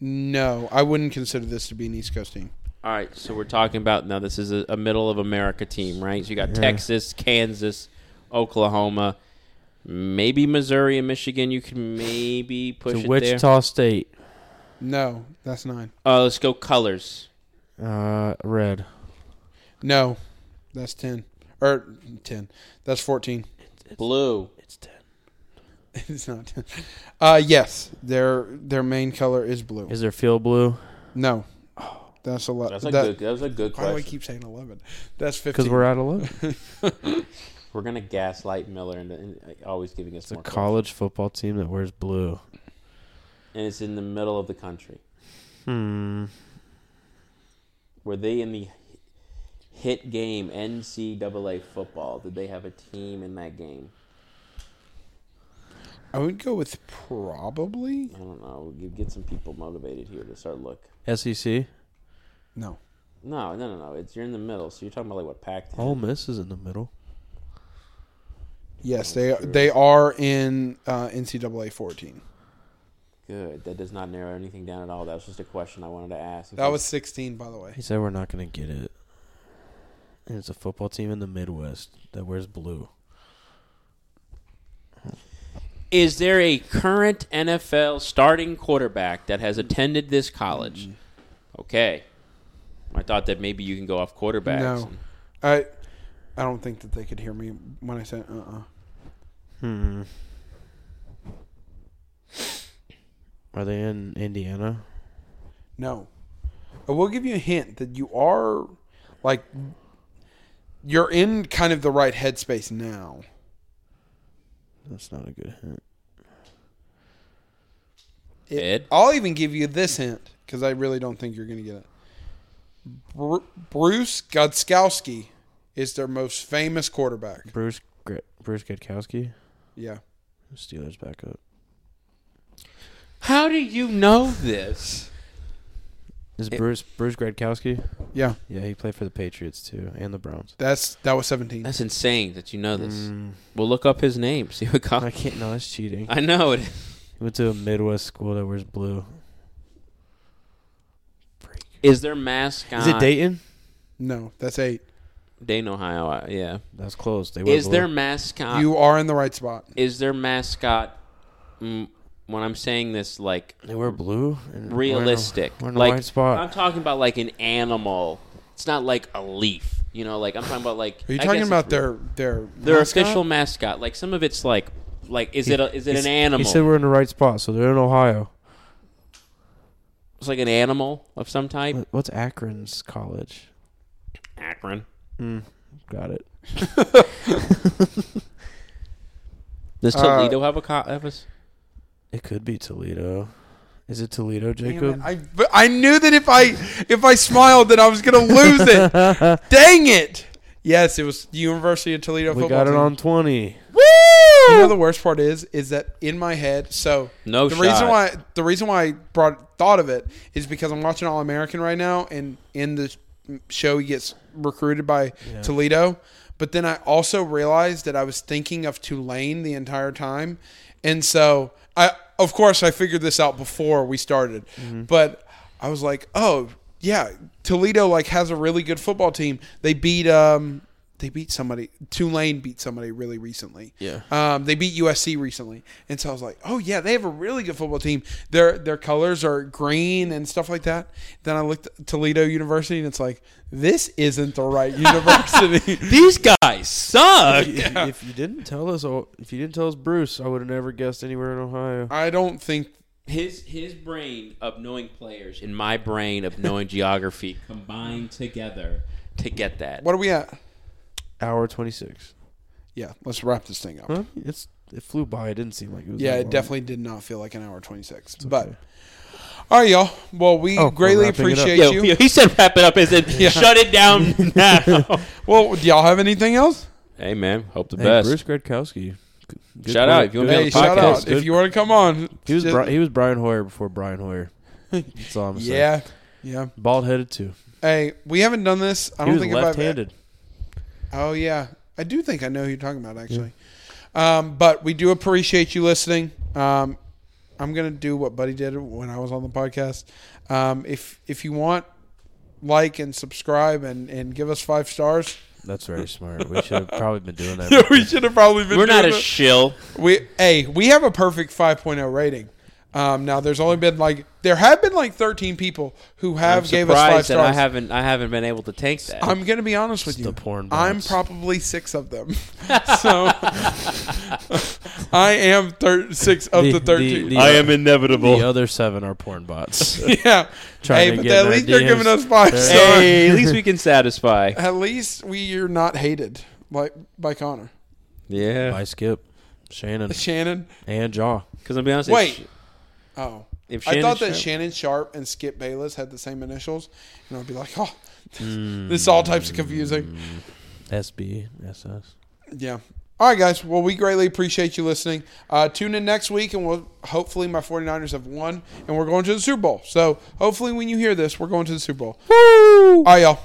S1: No. I wouldn't consider this to be an East Coast team.
S3: all right so we're talking about now this is a, a middle of america team right so you got
S2: Yeah.
S3: texas kansas oklahoma maybe missouri and michigan you can maybe push
S2: To
S3: it
S2: Wichita
S3: there
S2: State.
S1: No. That's nine.
S3: uh, let's go colors
S2: Uh, red.
S1: No. That's ten. Or ten. That's fourteen.
S3: blue
S2: It's ten.
S1: it's not ten. Uh yes. Their their main color is blue.
S2: Is there field blue?
S1: no. That's a lot.
S3: that's a
S1: that,
S3: good that was a good
S1: why do I
S3: question
S1: keep saying eleven? That's
S2: Because
S1: fifteen.
S2: we're out of luck.
S3: we're gonna gaslight miller into, in, always giving us
S2: It's a
S3: more questions.
S2: college football team that wears blue.
S3: and it's in the middle of the country.
S2: Hmm.
S3: Were they in the hit game NCAA football? Did they have a team in that game?
S1: I would go with probably.
S3: I don't know. You get some people motivated here to start look.
S2: SEC.
S1: No.
S3: No, no, no, no. It's you're in the middle, so you're talking about like what pack?
S1: Oh.
S2: Ole Miss is in the middle.
S1: Yes,
S3: Oh,
S1: they they are in uh, NCAA fourteen.
S3: Good. That does not narrow anything down at all. That was just a question I wanted to ask.
S1: That was sixteen, by the way.
S2: He said we're not gonna get it. And it's a football team in the Midwest that wears blue.
S3: Is there a current NFL starting quarterback that has attended this college?
S1: Mm.
S3: Okay. I thought that maybe you can go off quarterbacks.
S1: No. I I don't think that they could hear me when I said uh uh
S2: Hmm. Are they in Indiana?
S1: No. I will give you a hint that you are like you're in kind of the right headspace now.
S2: That's not a good hint.
S1: It-
S3: Ed?
S1: I'll even give you this hint because I really don't think you're going to get it. Bru Bruce Godskowski is their most famous quarterback.
S2: Bruce Gr- Bruce Gudkowski,
S1: Yeah.
S2: Steelers backup.
S3: How do you know this?
S2: Is Bruce Bruce Gradkowski?
S1: Yeah.
S2: Yeah, he played for the Patriots too and the Browns.
S1: That's that was 17.
S3: That's insane that you know this.
S1: Mm.
S3: We'll look up his name. See what
S2: I
S3: college.
S2: can't. No, that's cheating.
S3: I know it.
S2: He went to a Midwest school that wears blue. Freak.
S3: Is their mascot?
S2: Is it Dayton?
S1: No, that's 8.
S3: Dayton, Ohio. I- Yeah.
S2: That's close. They wear
S3: Is
S2: blue.
S3: their mascot?
S1: you are in the right spot.
S3: is their mascot? Mm, when I'm saying this, like
S2: they wear blue. And we're in a-
S3: realistic.
S2: We're in the
S3: like
S2: right spot.
S3: I'm talking about like an animal. It's not like a leaf. You know, like I'm talking about like.
S1: Are you
S3: I
S1: talking
S3: guess
S1: about
S3: it's
S1: their their
S3: their
S1: mascot?
S3: official mascot? Like some of it's like like is it a, is it
S2: He
S3: an
S2: s-
S3: animal?
S2: He said we're in the right spot, so they're in Ohio.
S3: it's like an animal of some type.
S2: What- What's Akron's college?
S3: Akron.
S2: Got it.
S3: Does
S1: Uh,
S3: Toledo have a co- have a s-
S2: It could be Toledo. Is it Toledo,
S1: Damn it,
S2: Jacob?
S1: I but I knew that if I if I smiled that I was going to lose it. Dang it. Yes, it was the University of Toledo
S2: we
S1: football
S2: got it
S1: team.
S2: on twenty.
S1: You know the worst part is, is that in my head. So
S3: No
S1: the
S3: shot.
S1: reason why the reason why I brought thought of it is because I'm watching All American right now, and in the show he gets recruited by Toledo. But then I also realized that I was thinking of Tulane the entire time, and so I of course I figured this out before we started,
S2: Mm-hmm.
S1: but I was like, oh yeah, Toledo like has a really good football team. They beat um. They beat somebody. Tulane beat somebody really recently.
S2: Yeah.
S1: Um, they beat USC recently, and so I was like, "Oh yeah, they have a really good football team. Their their colors are green and stuff like that." Then I looked at Toledo University, and it's like, "This isn't the right university."
S3: These guys suck.
S2: If you didn't tell us, oh, if you didn't tell us Bruce, I would have never guessed anywhere in Ohio.
S1: I don't think.
S3: His his brain of knowing players and my brain of knowing geography combined together to get that.
S1: What are we at?
S2: Hour twenty six.
S1: Yeah, let's wrap this thing up.
S2: Huh? It's it flew by. It didn't seem like it was.
S1: Yeah,
S2: that
S1: it
S2: long.
S1: definitely did not feel like an hour twenty six. But all right, y'all. Well, we
S2: Oh, we're
S1: greatly
S2: wrapping it up.
S1: appreciate
S3: Yo,
S1: you.
S3: yo, he said wrap it up and said shut it down now.
S1: Well, do y'all have anything else?
S3: hey man, hope the
S2: Hey,
S3: best.
S2: Bruce Gradkowski. Good- good
S3: Shout out
S2: player.
S3: if you wanna
S2: Good-
S3: be on
S1: Hey,
S3: the
S1: shout
S3: podcast.
S1: out if you want to come on.
S2: He was
S1: Just-
S2: Bri- he was Brian Hoyer before Brian Hoyer. That's all I'm saying.
S1: yeah, yeah.
S2: bald headed too.
S1: Hey, we haven't done this. I
S2: He
S1: don't
S2: was
S1: think I've ever-
S2: left-handed.
S1: Oh yeah, I do think I know who you're talking about actually. Um, but we do appreciate you listening. Um, I'm gonna do what Buddy did when I was on the podcast. Um, if if you want, like and subscribe and and give us five stars.
S2: That's very smart. We should have probably been doing that.
S1: we should have probably been.
S3: We're not a
S1: doing it.
S3: shill.
S1: we hey we have a perfect 5.0 rating. Um, now there's only been like there have been like 13 people who have
S3: I'm
S1: gave us five
S3: surprised that I
S1: stars.
S3: haven't I haven't been able to tank that.
S1: I'm gonna be honest with
S2: It's
S1: you.
S2: the porn
S1: I'm
S2: bots.
S1: probably six of them. so I am thir- six of the, thirteen.
S2: the- I am
S3: inevitable.
S2: The other seven are porn bots.
S1: yeah.
S2: Trying
S1: hey,
S2: to
S1: but
S2: get
S1: at
S2: their
S1: least they're
S2: DMs.
S1: giving us five
S2: They're-
S1: stars.
S3: Hey, at least we can satisfy.
S1: At least we are not hated like by Connor.
S3: Yeah,
S2: By Skip, Shannon,
S1: Shannon.
S2: and Jaw.
S3: because I'm be honest.
S1: Wait.
S3: if-
S1: Oh.
S3: if
S1: I
S3: Shannon
S1: thought that
S3: Sharp-
S1: Shannon Sharp and Skip Bayless had the same initials, and I'd be like, oh, this is all types of confusing.
S2: SB, SS.
S1: Yeah. All right, guys. Well, we greatly appreciate you listening. Uh, tune in next week, and we'll hopefully my 49ers have won, and we're going to the Super Bowl. So hopefully, when you hear this, we're going to the Super Bowl. Woo! All right, y'all.